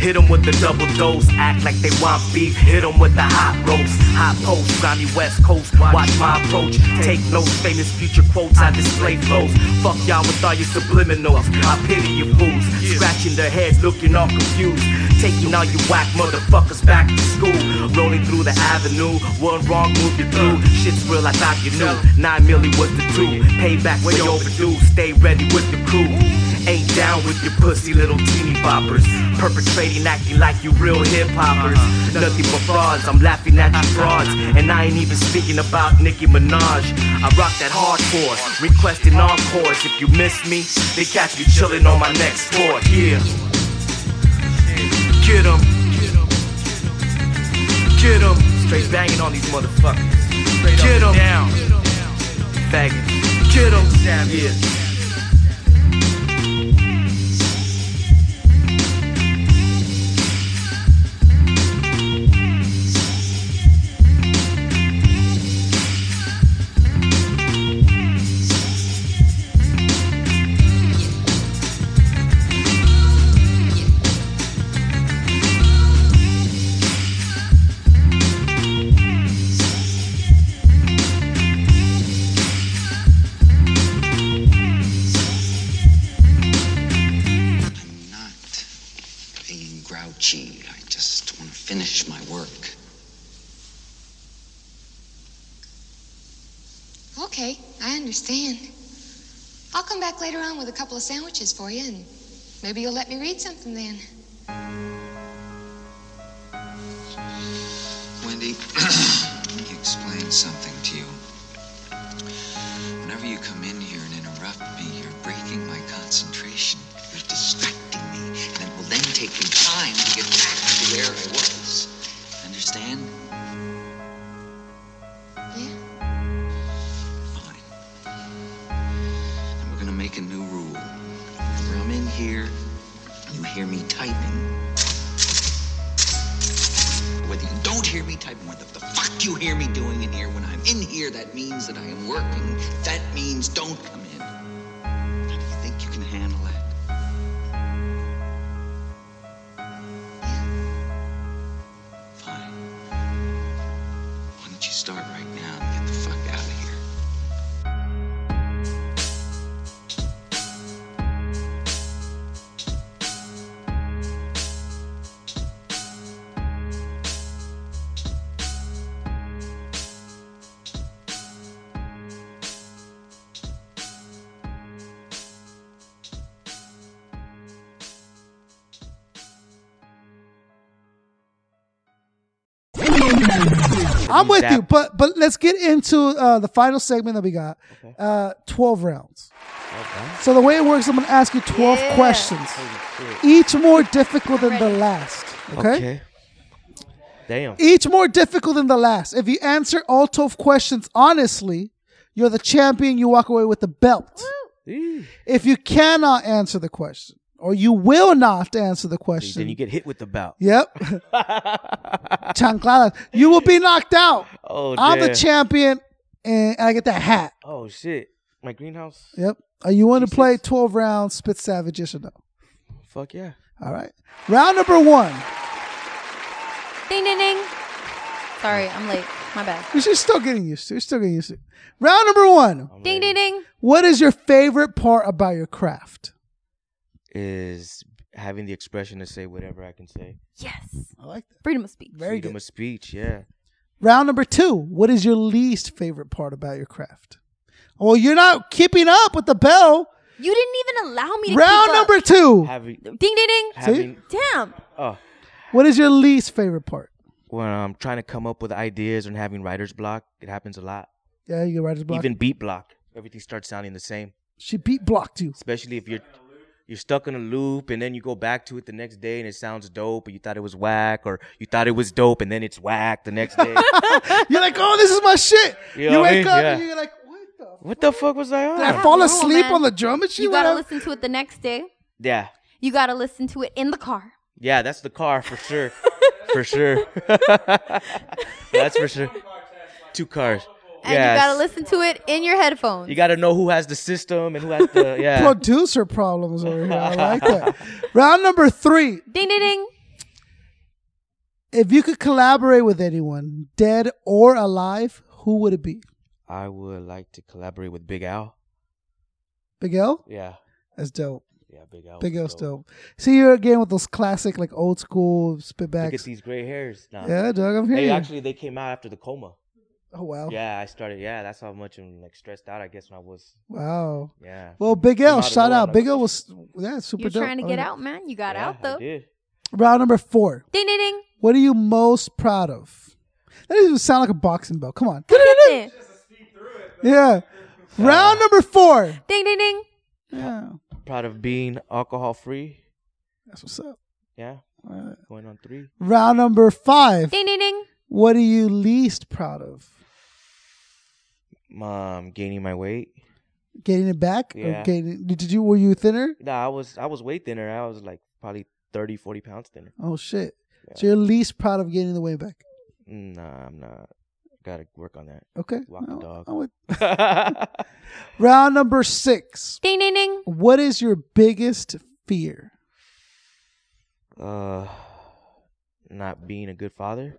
Hit 'em with the double dose. Act like they want beef. Hit 'em with the hot ropes. Hot post, grimy west coast. Watch my approach. Take notes. Famous future quotes. I display flows. Fuck y'all with all your subliminals. I pity you fools. Scratching their heads, looking all confused. Taking all you whack motherfuckers back to school. Rolling through the avenue. One wrong move you through. Shit's real, I thought you knew. Nine milli was the two. Payback way overdue. Stay ready with the crew. Ain't down with your pussy little teeny boppers. Perpetrating, acting like you real hip hoppers. Nothing but frauds, I'm laughing at you frauds. And I ain't even speaking about Nicki Minaj. I rock that hardcore, requesting encores. If you miss me, they catch me chilling on my next floor. Yeah. Get 'em. Get 'em. Straight banging on these motherfuckers. Straight Get 'em. up and down. Faggots. Get 'em. Yeah. I'm not being grouchy. I just want to finish my work. Okay, I understand. I'll come back later on with a couple of sandwiches for you, and maybe you'll let me read something then. Wendy, let me explain something to you. Whenever you come in here and interrupt me, you're breaking my concentration. You're distracting me, and it will then take me time to get back to where I was. Understand? Yeah. Fine. And we're gonna make a new rule. Whenever I'm in here, you hear me typing. Whether you don't hear me typing, what the, the fuck you hear me doing in here when I'm in here, that means that I am working. That means don't come in. Now, do you think you can handle that? Fine. Why don't you start right now and get the fuck out of here? I'm with that- you, but but let's get into uh, the final segment that we got. Uh, Twelve rounds. So the way it works, I'm gonna ask you twelve Yeah. questions, each more difficult than the last. Okay? E- Damn. Each more difficult than the last. If you answer all twelve questions honestly, you're the champion. You walk away with the belt. Eee. If you cannot answer the question, or you will not answer the question, Then you get hit with the belt. Yep. Chancladas. You will be knocked out. Oh, I'm the damn. champion, and I get that hat. Oh shit. My greenhouse. Yep. Are you willing to play 12 rounds, spit savage, yes or no? Fuck yeah. All right. Round number one. Ding ding ding. Sorry, I'm late. My bad. You're still getting used to. You're still getting used to. it. Round number one. Ding ding ding. What is your favorite part about your craft? Is having the expression to say whatever I can say. Yes. I like that. Freedom of speech. Very Freedom good. of speech. Yeah. Round number two. What is your least favorite part about your craft? Well, you're not keeping up with the bell. You didn't even allow me to Round keep up. number two. Having. Ding ding ding. Having. Damn. Oh. What is your least favorite part? When I'm trying to come up with ideas and having writer's block, it happens a lot. Yeah, you writer's block. Even beat block, everything starts sounding the same. she beat blocked you. Especially if you're you're stuck in a loop and then you go back to it the next day and it sounds dope, or you thought it was whack, or you thought it was dope and then it's whack the next day. You're like, oh, this is my shit. You, You know what I wake mean? up Yeah. and you're like, what the? what the fuck was I on? Did I don't fall know, asleep man. on the drum and shit? You gotta What listen to it the next day. Yeah. You gotta listen to it in the car. Yeah, that's the car for sure. for sure. that's for sure. Two cars. And you gotta listen to it in your headphones. You gotta know who has the system and who has the happened? yeah. Producer problems over here. I like that. Round number three. ding ding ding. If you could collaborate with anyone, dead or alive, who would it be? I would like to collaborate with Big Al. Big L? Yeah. That's dope. Yeah, Big Al. Big L's dope. See, you're again with those classic, like old school Look at spitbacks. these gray hairs. Nah. Yeah, dog, I'm Hey, here. actually, they came out after the coma. oh, wow. Yeah, I started. Yeah, that's how much I'm like stressed out. I guess when I was. Wow. Yeah. Well, Big L, Not at shout all, out. like- Big L was, yeah, super You're dope. trying to I get like it. out, man. You got Yeah, out though. I did. Round number four. Ding ding ding. What are you most proud of? That doesn't even sound like a boxing bell. Come on. Ding Yeah. Uh, Round number four. ding ding. ding. Yeah. Proud of being alcohol free. That's what's up. Yeah. Going on three. Round number five. Ding ding ding. What are you least proud of? Um, gaining my weight. Getting it back? Or Yeah. getting did you were you thinner? Nah, I was I was way thinner. I was like probably 30, 40 pounds thinner. Oh shit. So you're least proud of getting the weight back. Nah, I'm not. Gotta work on that. Okay. Walk the Oh, dog. oh, wait. Round number six. Ding ding ding. What is your biggest fear? uh, not being a good father.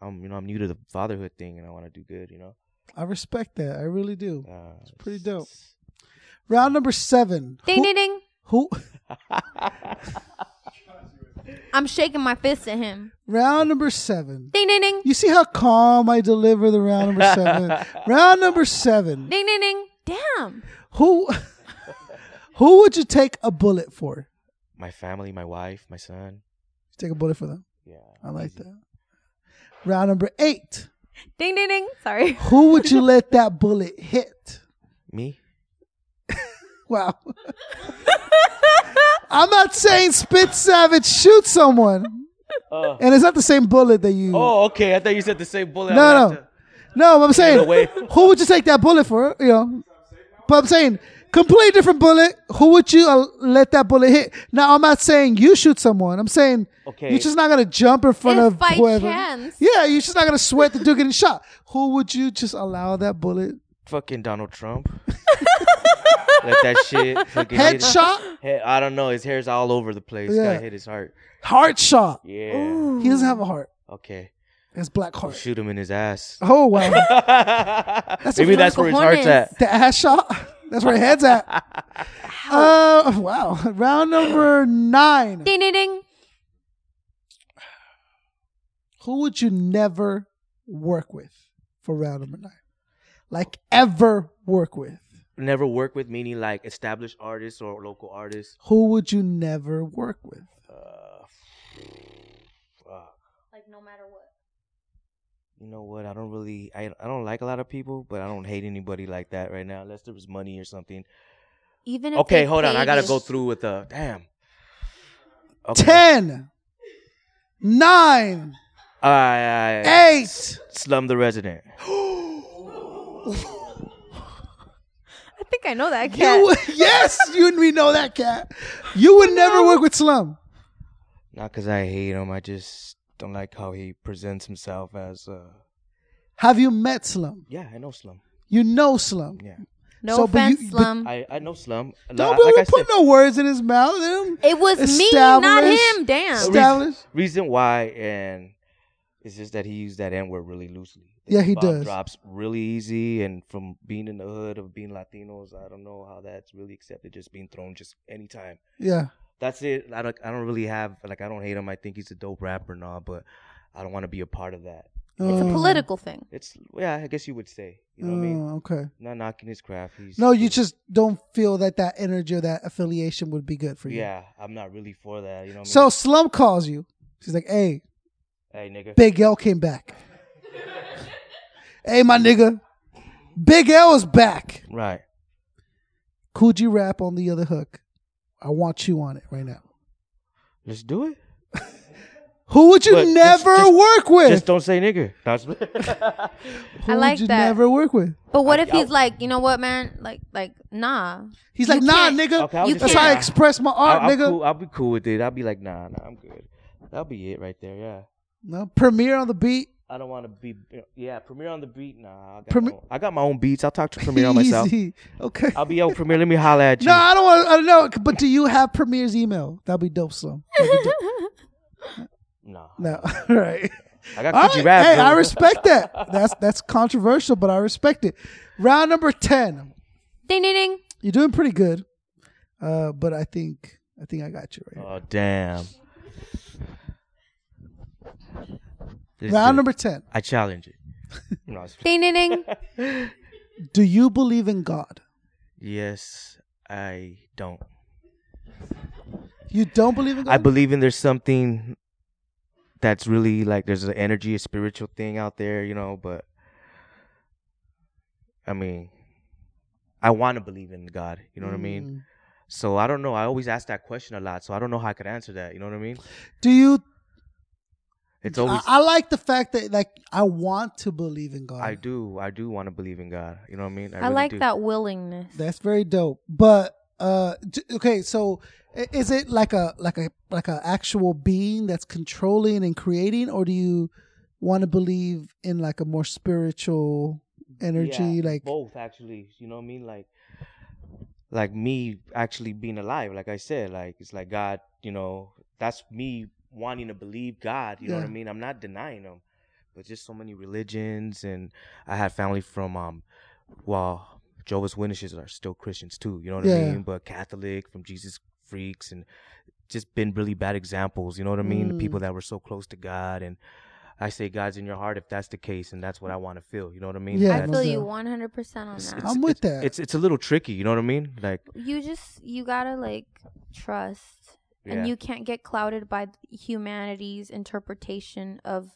I'm you know I'm new to the fatherhood thing and I want to do good. You know. I respect that. I really do. Uh, it's pretty dope. Round number seven. Ding Who- ding ding. Who I'm shaking my fist at him. round number seven. Ding ding ding. You see how calm I deliver the round number seven. round number seven. Ding ding ding. Damn. Who who would you take a bullet for? My family, my wife, my son. Take a bullet for them. Yeah. I like that. Round number eight. Ding ding ding. Sorry. Who would you let that bullet hit? Me? Wow. I'm not saying spit savage shoot someone. Oh. and it's not the same bullet that you. Oh, okay. I thought you said the same bullet. I No, would have no. to- No, but I'm saying, away. who would you take that bullet for? You know, but I'm saying, completely different bullet. Who would you uh, let that bullet hit? Now, I'm not saying you shoot someone. I'm saying Okay. you're just not gonna jump in front If of by whoever. chance. Yeah, you're just not gonna sweat the dude getting shot. Who would you just allow that bullet Fucking Donald Trump. Let that shit. fucking hit- headshot, He- I don't know. His hair's all over the place. Yeah. Got hit his heart. heart shot? Yeah. He doesn't have a heart. Okay. It's black heart. Shoot him in his ass. Oh wow, Maybe that's where his heart's cojones. at. the ass shot. That's where his head's at. Uh, wow. Round number nine. Ding ding ding. Who would you never work with for round number nine? Like ever work with? Never work with meaning like established artists or local artists. Who would you never work with? Like no matter what. You know what? I don't really. I I don't like a lot of people, but I don't hate anybody like that right now, unless there was money or something. Even if Okay, they hold on. I paid gotta you. go through with the damn. Ten, nine, All right, all right. eight. Slum the resident. I think I know that cat. You, yes, you and me know that cat. You would never work with Slum. Not because I hate him. I just don't like how he presents himself as. uh Have you met Slum? Yeah, I know Slum. You know Slum. Yeah, no So, but you- offense, but- Slum. I I know Slum. Mm-hmm. Don't Like- be like I put said, no words in his mouth. Him. it was me, not Establish- him. Damn. Re- Establish. reason why and it's just that he used that N word really loosely. Yeah, he Bomb does. Drops really easy, and from being in the hood of being Latinos, I don't know how that's really accepted. Just being thrown just anytime. Yeah. That's it. I don't. I don't really have like. I don't hate him. I think he's a dope rapper and all, but I don't want to be a part of that. It's a Oh. political thing. It's yeah. I guess you would say. You know what I mean? Oh, okay. Not knocking his craft. He's No, you he's- just don't feel that that energy or that affiliation would be good for you. Yeah, I'm not really for that. You know. What So Slum calls you. She's like, "Hey, I mean? hey, nigga. Big L came back. hey, my nigga, Big L is back. Right. Could you rap on the other hook? I want you on it right now. Let's do it. Who would you But just- never just- work with? Just don't say nigga. That's Who I like would you that. never work with? But what if he's like, you know what, man? Like, like, nah. He's You like, nah, can't- nigga. Okay, I'll You just That's say how I nah. express my I'll, art, I'll nigga. cool- I'll be cool with it. I'll be like, nah, nah, I'm good. That'll be it right there. Yeah. No, premiere on the beat. I don't want to be. Yeah, Premiere on the beat. Nah, I got, Premi- my, own, I got my own beats. I'll talk to Premiere on myself. Easy. Okay. I'll be out Premiere. Let me holla at you. no, I don't want. I don't know. But do you have Premier's email? That'd be dope, Slum. That'd be dope. Nah. No, all right. I got All Gucci right. Rap. Hey, though. I respect that. That's that's controversial, but I respect it. Round number ten. Ding ding ding. You're doing pretty good, uh, but I think I think I got you right. Oh damn. Let's do it. Round number ten. I challenge it. No, it's- Ding ding ding. Do you believe in God? yes, I don't. You don't believe in God. I believe in there's something that's really like there's an energy, a spiritual thing out there, you know, but I mean I want to believe in God, you know what I mean? Mm. So I don't know. I always ask that question a lot, so I don't know how I could answer that, you know what I mean? Do you? It's always I, I like the fact that like I want to believe in God. I do. I do want to believe in God. You know what I mean? I, really like do. that willingness. That's very dope. But uh, d- okay, so i- is it like a like a like a actual being that's controlling and creating, or do you want to believe in like a more spiritual energy? Yeah, like both actually you know what i mean like like me actually being alive like i said like it's like god you know that's me wanting to believe god you know what i Yeah. mean i'm not denying him but just so many religions and i had family from um well jehovah's witnesses are still christians too you know what Yeah. i mean but catholic from jesus freaks and just been really bad examples you know what i mean the Mm. people that were so close to god and i say god's in your heart if that's the case and that's what i want to feel you know what i mean Yeah, I That's- feel no you doubt. 100% on that. I'm with that. it's it's a little tricky, you know what I mean? Like You just you gotta like trust and Yeah. you can't get clouded by humanity's interpretation of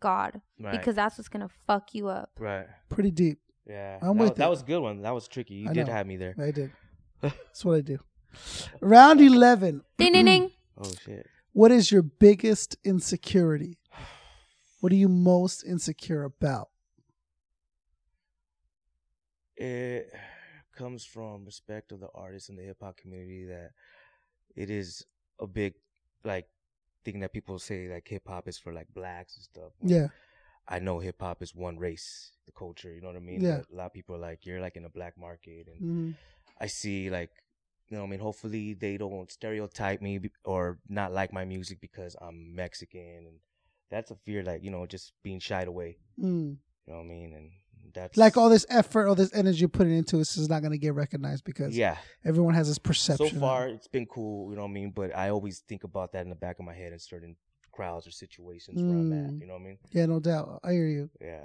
God Right. because that's what's gonna fuck you up. Right. Pretty deep. Yeah. I'm that, with was- that it. was a good one. That was tricky. You I did know. have me there. I did. That's what I do. Round 11. Ding ding ding. Oh shit. What is your biggest insecurity? What are you most insecure about? It comes from respect of the artists in the hip hop community that it is a big like thing that people say like hip hop is for like blacks and stuff. Yeah. I know hip hop is one race, the culture. You know what I mean? Yeah. A lot of people are like, you're like in a black market, and Mhm. I see like, you know, what I mean, hopefully they don't stereotype me be- or not like my music because I'm Mexican, and that's a fear, like you know, just being shied away. Mm. You know what I mean? And that's Like all this effort, all this energy you're putting into it, it's just not going to get recognized because yeah. everyone has this perception. So far, it's been cool. You know what I mean? But I always think about that in the back of my head in certain crowds or situations where I'm Mm. at. You know what I mean? Yeah, no doubt. I hear you. Yeah.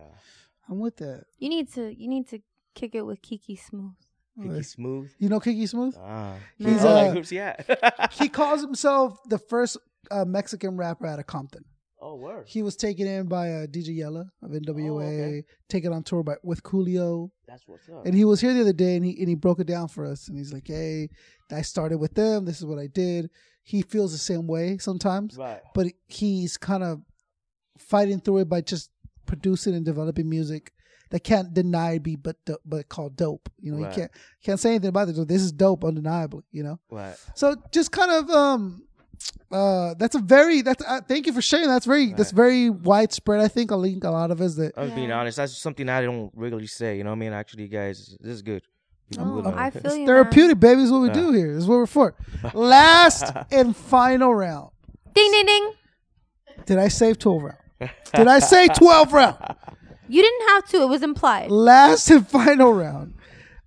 I'm with that. You need to you need to kick it with Kiki Smooth. Kiki Smooth. You know Kiki Smooth? Ah, He's, Oh, like, uh, who's he at? he calls himself the first uh, Mexican rapper out of Compton. oh, word. He was taken in by uh, DJ Yella of NWA, Oh, okay. taken on tour by with Coolio, That's what's up. and he was here the other day, and he and he broke it down for us, and he's like, "Hey, I started with them. This is what I did." He feels the same way sometimes, Right. but he's kind of fighting through it by just producing and developing music that can't deny be but do- but called dope. You know, Right. he can't can't say anything about it. So this is dope, undeniably. You know. Right. So just kind of um uh that's a very that's uh, thank you for sharing. That's very that's very widespread. I think I think a lot of us that I was being honest. That's something I don't regularly say. You know what I mean? Actually, guys, this is good. People Oh, will know. I feel you. therapeutic baby is what we Yeah. do here. Is what we're for. Last and final round. Man. Ding ding ding. Did I save twelve round? Did I say twelve round? You didn't have to. It was implied. Last and final round.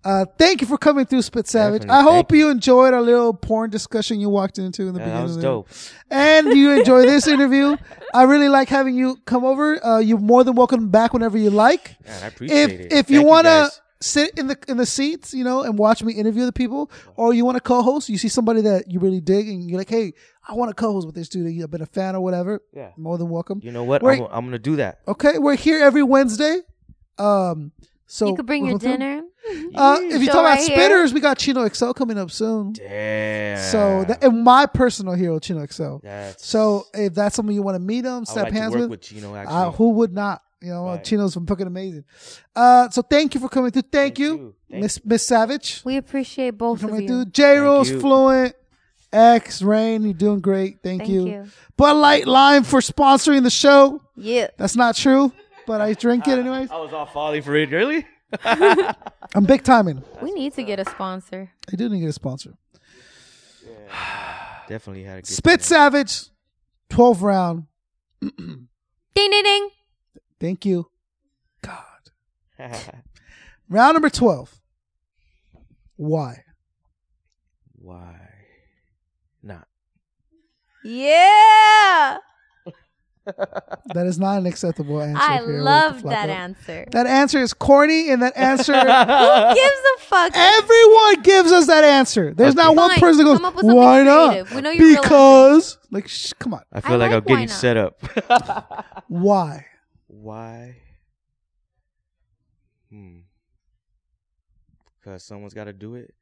Uh, thank you for coming through, Spit Savage. Definitely. I hope Thank you. you enjoyed our little porn discussion you walked into in the Yeah, beginning. that of was the- dope. and you enjoy this interview. I really like having you come over. Uh, you're more than welcome back whenever you like. Man, I appreciate if it. if you Thank you, want to guys. sit in the in the seats, you know, and watch me interview the people, or you want to co-host, you see somebody that you really dig, and you're like, hey, I want to co-host with this dude. You've been a fan or whatever. Yeah. more than welcome. You know what? We're- I'm, I'm gonna do that. okay, we're here every Wednesday. Um, so you could bring your dinner. Uh, if you Show talk about right here. spinners, we got Chino XL coming up soon. Damn. So that, and my personal hero, Chino XL. That's- So if that's someone you want to meet him, I step would like hands to work with, with Gino. Actually, uh, who would not? You know, Right. Chino's fucking amazing. Uh, so thank you for coming through. Thank, Thank you, you. Thank Miss Miss Savage, We appreciate both of coming you. through. J Rose, you. Fluent, X Rain, you're doing great. Thank, Thank you. you. Bud Light Lime for sponsoring the show. Yeah. That's not true, but I drink Uh, it anyways. I was all falling for it. Really? I'm big timing. We need to get a sponsor. I do need to get a sponsor. Definitely had a good Spit Savage, 12 round. Ding ding ding. Thank you. God. Round number 12. Why? Why not? Yeah. That is not an acceptable answer. I here with the love flop that up. answer. That answer is corny, and that answer, Who gives a fuck? everyone gives us that answer. There's not one Fine. person that Come up goes, with something why not? creative. We know you're real because, like, shh, come on. I feel I like, like I'll get why you not. set up. Why? Why? Hmm. Because someone's got to do it.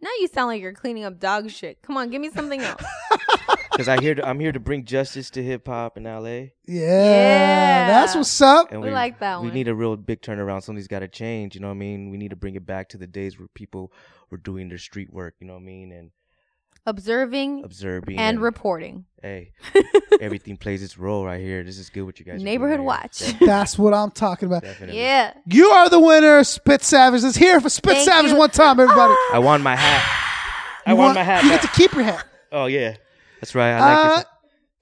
Now you sound like you're cleaning up dog shit. Come on, give me something else. Because I here to, I'm here to bring justice to hip hop in L.A. Yeah, Yeah. That's what's up. And We like that We one. need a real big turnaround. Something's got to change. You know what I mean? We need to bring it back to the days where people were doing their street work. You know what I mean? And Observing observing and reporting. Hey, everything plays its role right here. This is good. What you guys are doing Neighborhood right watch. here. That's what I'm talking about. Definitely. Yeah. You are the winner. Spit Savage is here for Spit Thank Savage you. Ah. one time, everybody. I won my hat. I won my hat. You back. get to keep your hat. Oh yeah, that's right. I like Uh,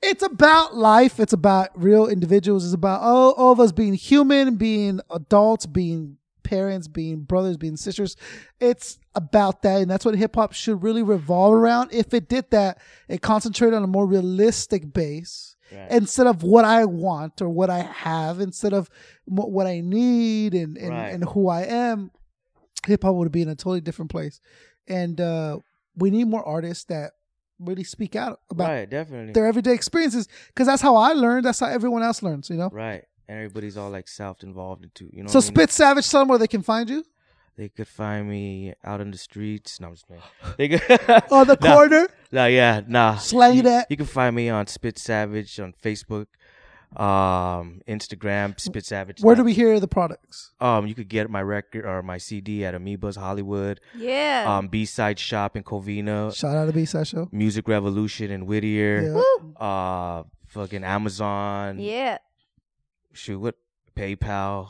it's about life. It's about real individuals. It's about all, all of us being human, being adults, being parents, being brothers, being sisters. It's about that. And that's what hip hop should really revolve around. If it did that, it concentrated on a more realistic base instead of what I want or what I have, instead of mo- what I need and, and, Right. and who I am. Hip hop would be in a totally different place. And uh, we need more artists that really speak out about right, definitely. their everyday experiences because that's how I learned. That's how everyone else learns, you know. Right. And everybody's all like self involved and too. You know So what I mean? Spit Savage, tell them where they can find you. They could find me out in the streets. No, I'm just playing. They could On Oh, the Nah, corner, Nah, yeah, nah. Slang you, that. You can find me on Spit Savage on Facebook, um, Instagram, Spit Savage. where do we hear the products? Um, you could get my record or my CD at Amoebas Hollywood, Yeah. um, B Side Shop in Covina, Shout out to B Side Show. Music Revolution in Whittier, Woo. uh, fucking Amazon. Yeah. Shoot, what PayPal?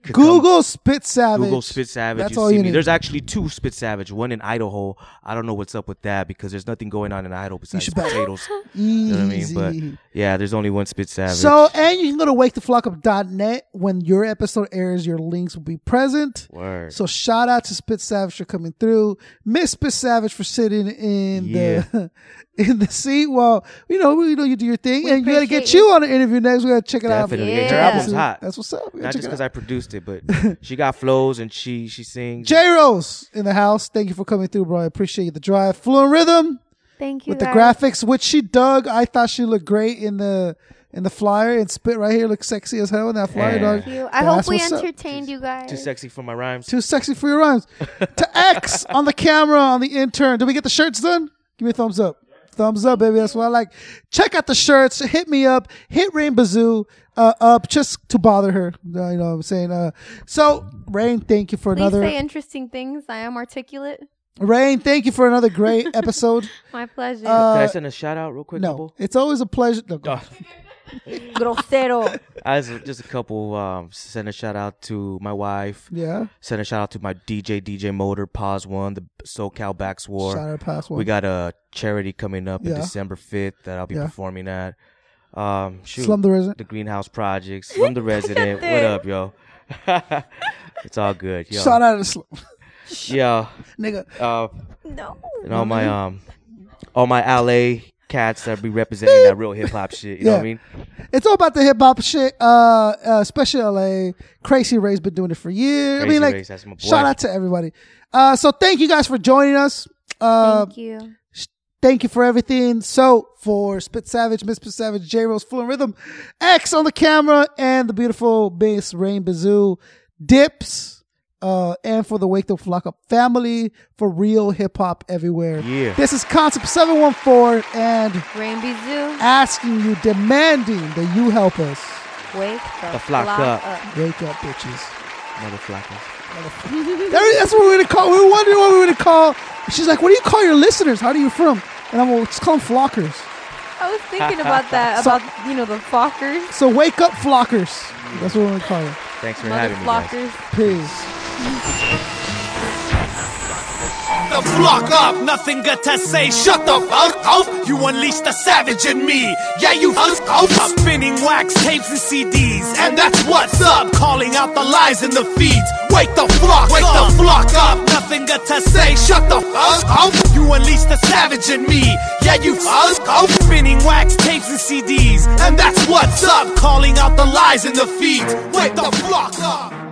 Could come- Google Spit Savage. Google Spit Savage. That's you all see you me. need. There's actually two Spit Savage. One in Idaho. I don't know what's up with that because there's nothing going on in Idaho besides should bet. potatoes. Easy. You know what I mean? But yeah, there's only one Spit Savage. so, and you can go to waketheflockup.net when your episode airs. Your links will be present. Word. So, shout out to Spit Savage for coming through. Miss Spit Savage for sitting in the in the seat. Well, you know, you know, you do your thing, We and you got to get appreciate you on an interview next. We got to check it Definitely. out. Her Yeah. album's hot. That's what's up. We gotta Not check just it because out. I produced it, but she got flows and she she sings. J Rose in the house. Thank you for coming through, bro. I appreciate the drive. Fluent Rhythm. Thank you. with the guys. graphics, which she dug. I thought she looked great in the in the flyer and spit right here. Looks sexy as hell in that flyer, Yeah. dog. Thank you. I That's hope we what's up. entertained you guys. Too sexy for my rhymes. Too sexy for your rhymes. to X on the camera on the intern. Did we get the shirts done? Give me a thumbs up. Thumbs up, baby. That's what I like. Check out the shirts. Hit me up. Hit Rain Bazoo uh, up just to bother her. Uh, You know what I'm saying? Uh, so, Rain, thank you for Please another. say interesting things. I am articulate. Rain, thank you for another great episode. My pleasure. Can I Uh, send a shout out real quick? no, couple? it's always a pleasure. No, go. Uh, Grosero. I just- just a couple. Um, send a shout out to my wife. Yeah. Send a shout out to my DJ DJ Motor Pause One, the SoCal Backs War. Shout out past one. We got a charity coming up Yeah. in December 5th that I'll be Yeah. performing at. Um, shoot, Slum the Resident. The Greenhouse Project, Slum the Resident. what up, yo? it's all good, yo. Shout out to Slim. Yo, Nigga, uh, no. and all my um, all my LA cats that be representing that real hip hop shit. You know what I Yeah. mean? it's all about the hip hop shit. Uh, uh, especially LA. Crazy Ray's been doing it for years. I Crazy mean, like, Ray's, that's my boy. shout out to everybody. Uh, so thank you guys for joining us. Uh, Thank you. thank you for everything. So for Spit Savage, Miss Spit Savage, J Rose, Full and Rhythm, X on the camera, and the beautiful bass Rain Bazoo, Dips, uh, and for the Wake the Flock Up family for real hip hop everywhere. Yeah. This is Concept Seven One Four and. Rain Zoo. asking you, demanding that you help us. Wake the, The flock up. Wake up, bitches. Motherfuckers. That- That's what we're gonna call. We were wondering what we were gonna call. She's like, "What do you call your listeners? How do you from?" And I'm like, "Let's call them flockers." I was thinking about that, So- about, you know, the flockers. So wake up, flockers. That's what we're gonna call them. Thanks for Mother having me, guys. flockers. Peace. the flock up. Nothing good to say. Shut the fuck up. You unleashed the savage in me. Yeah, you fuck up. Spinning wax tapes and CDs, and that's what's up. Calling out the lies in the feeds. Wake the flock Wake up. the flock up. Nothing good to say. Shut the fuck up. You unleashed the savage in me. Yeah, you fuck up. Spinning wax tapes and CDs, and that's what's up. Calling out the lies in the feeds. Wake the flock up.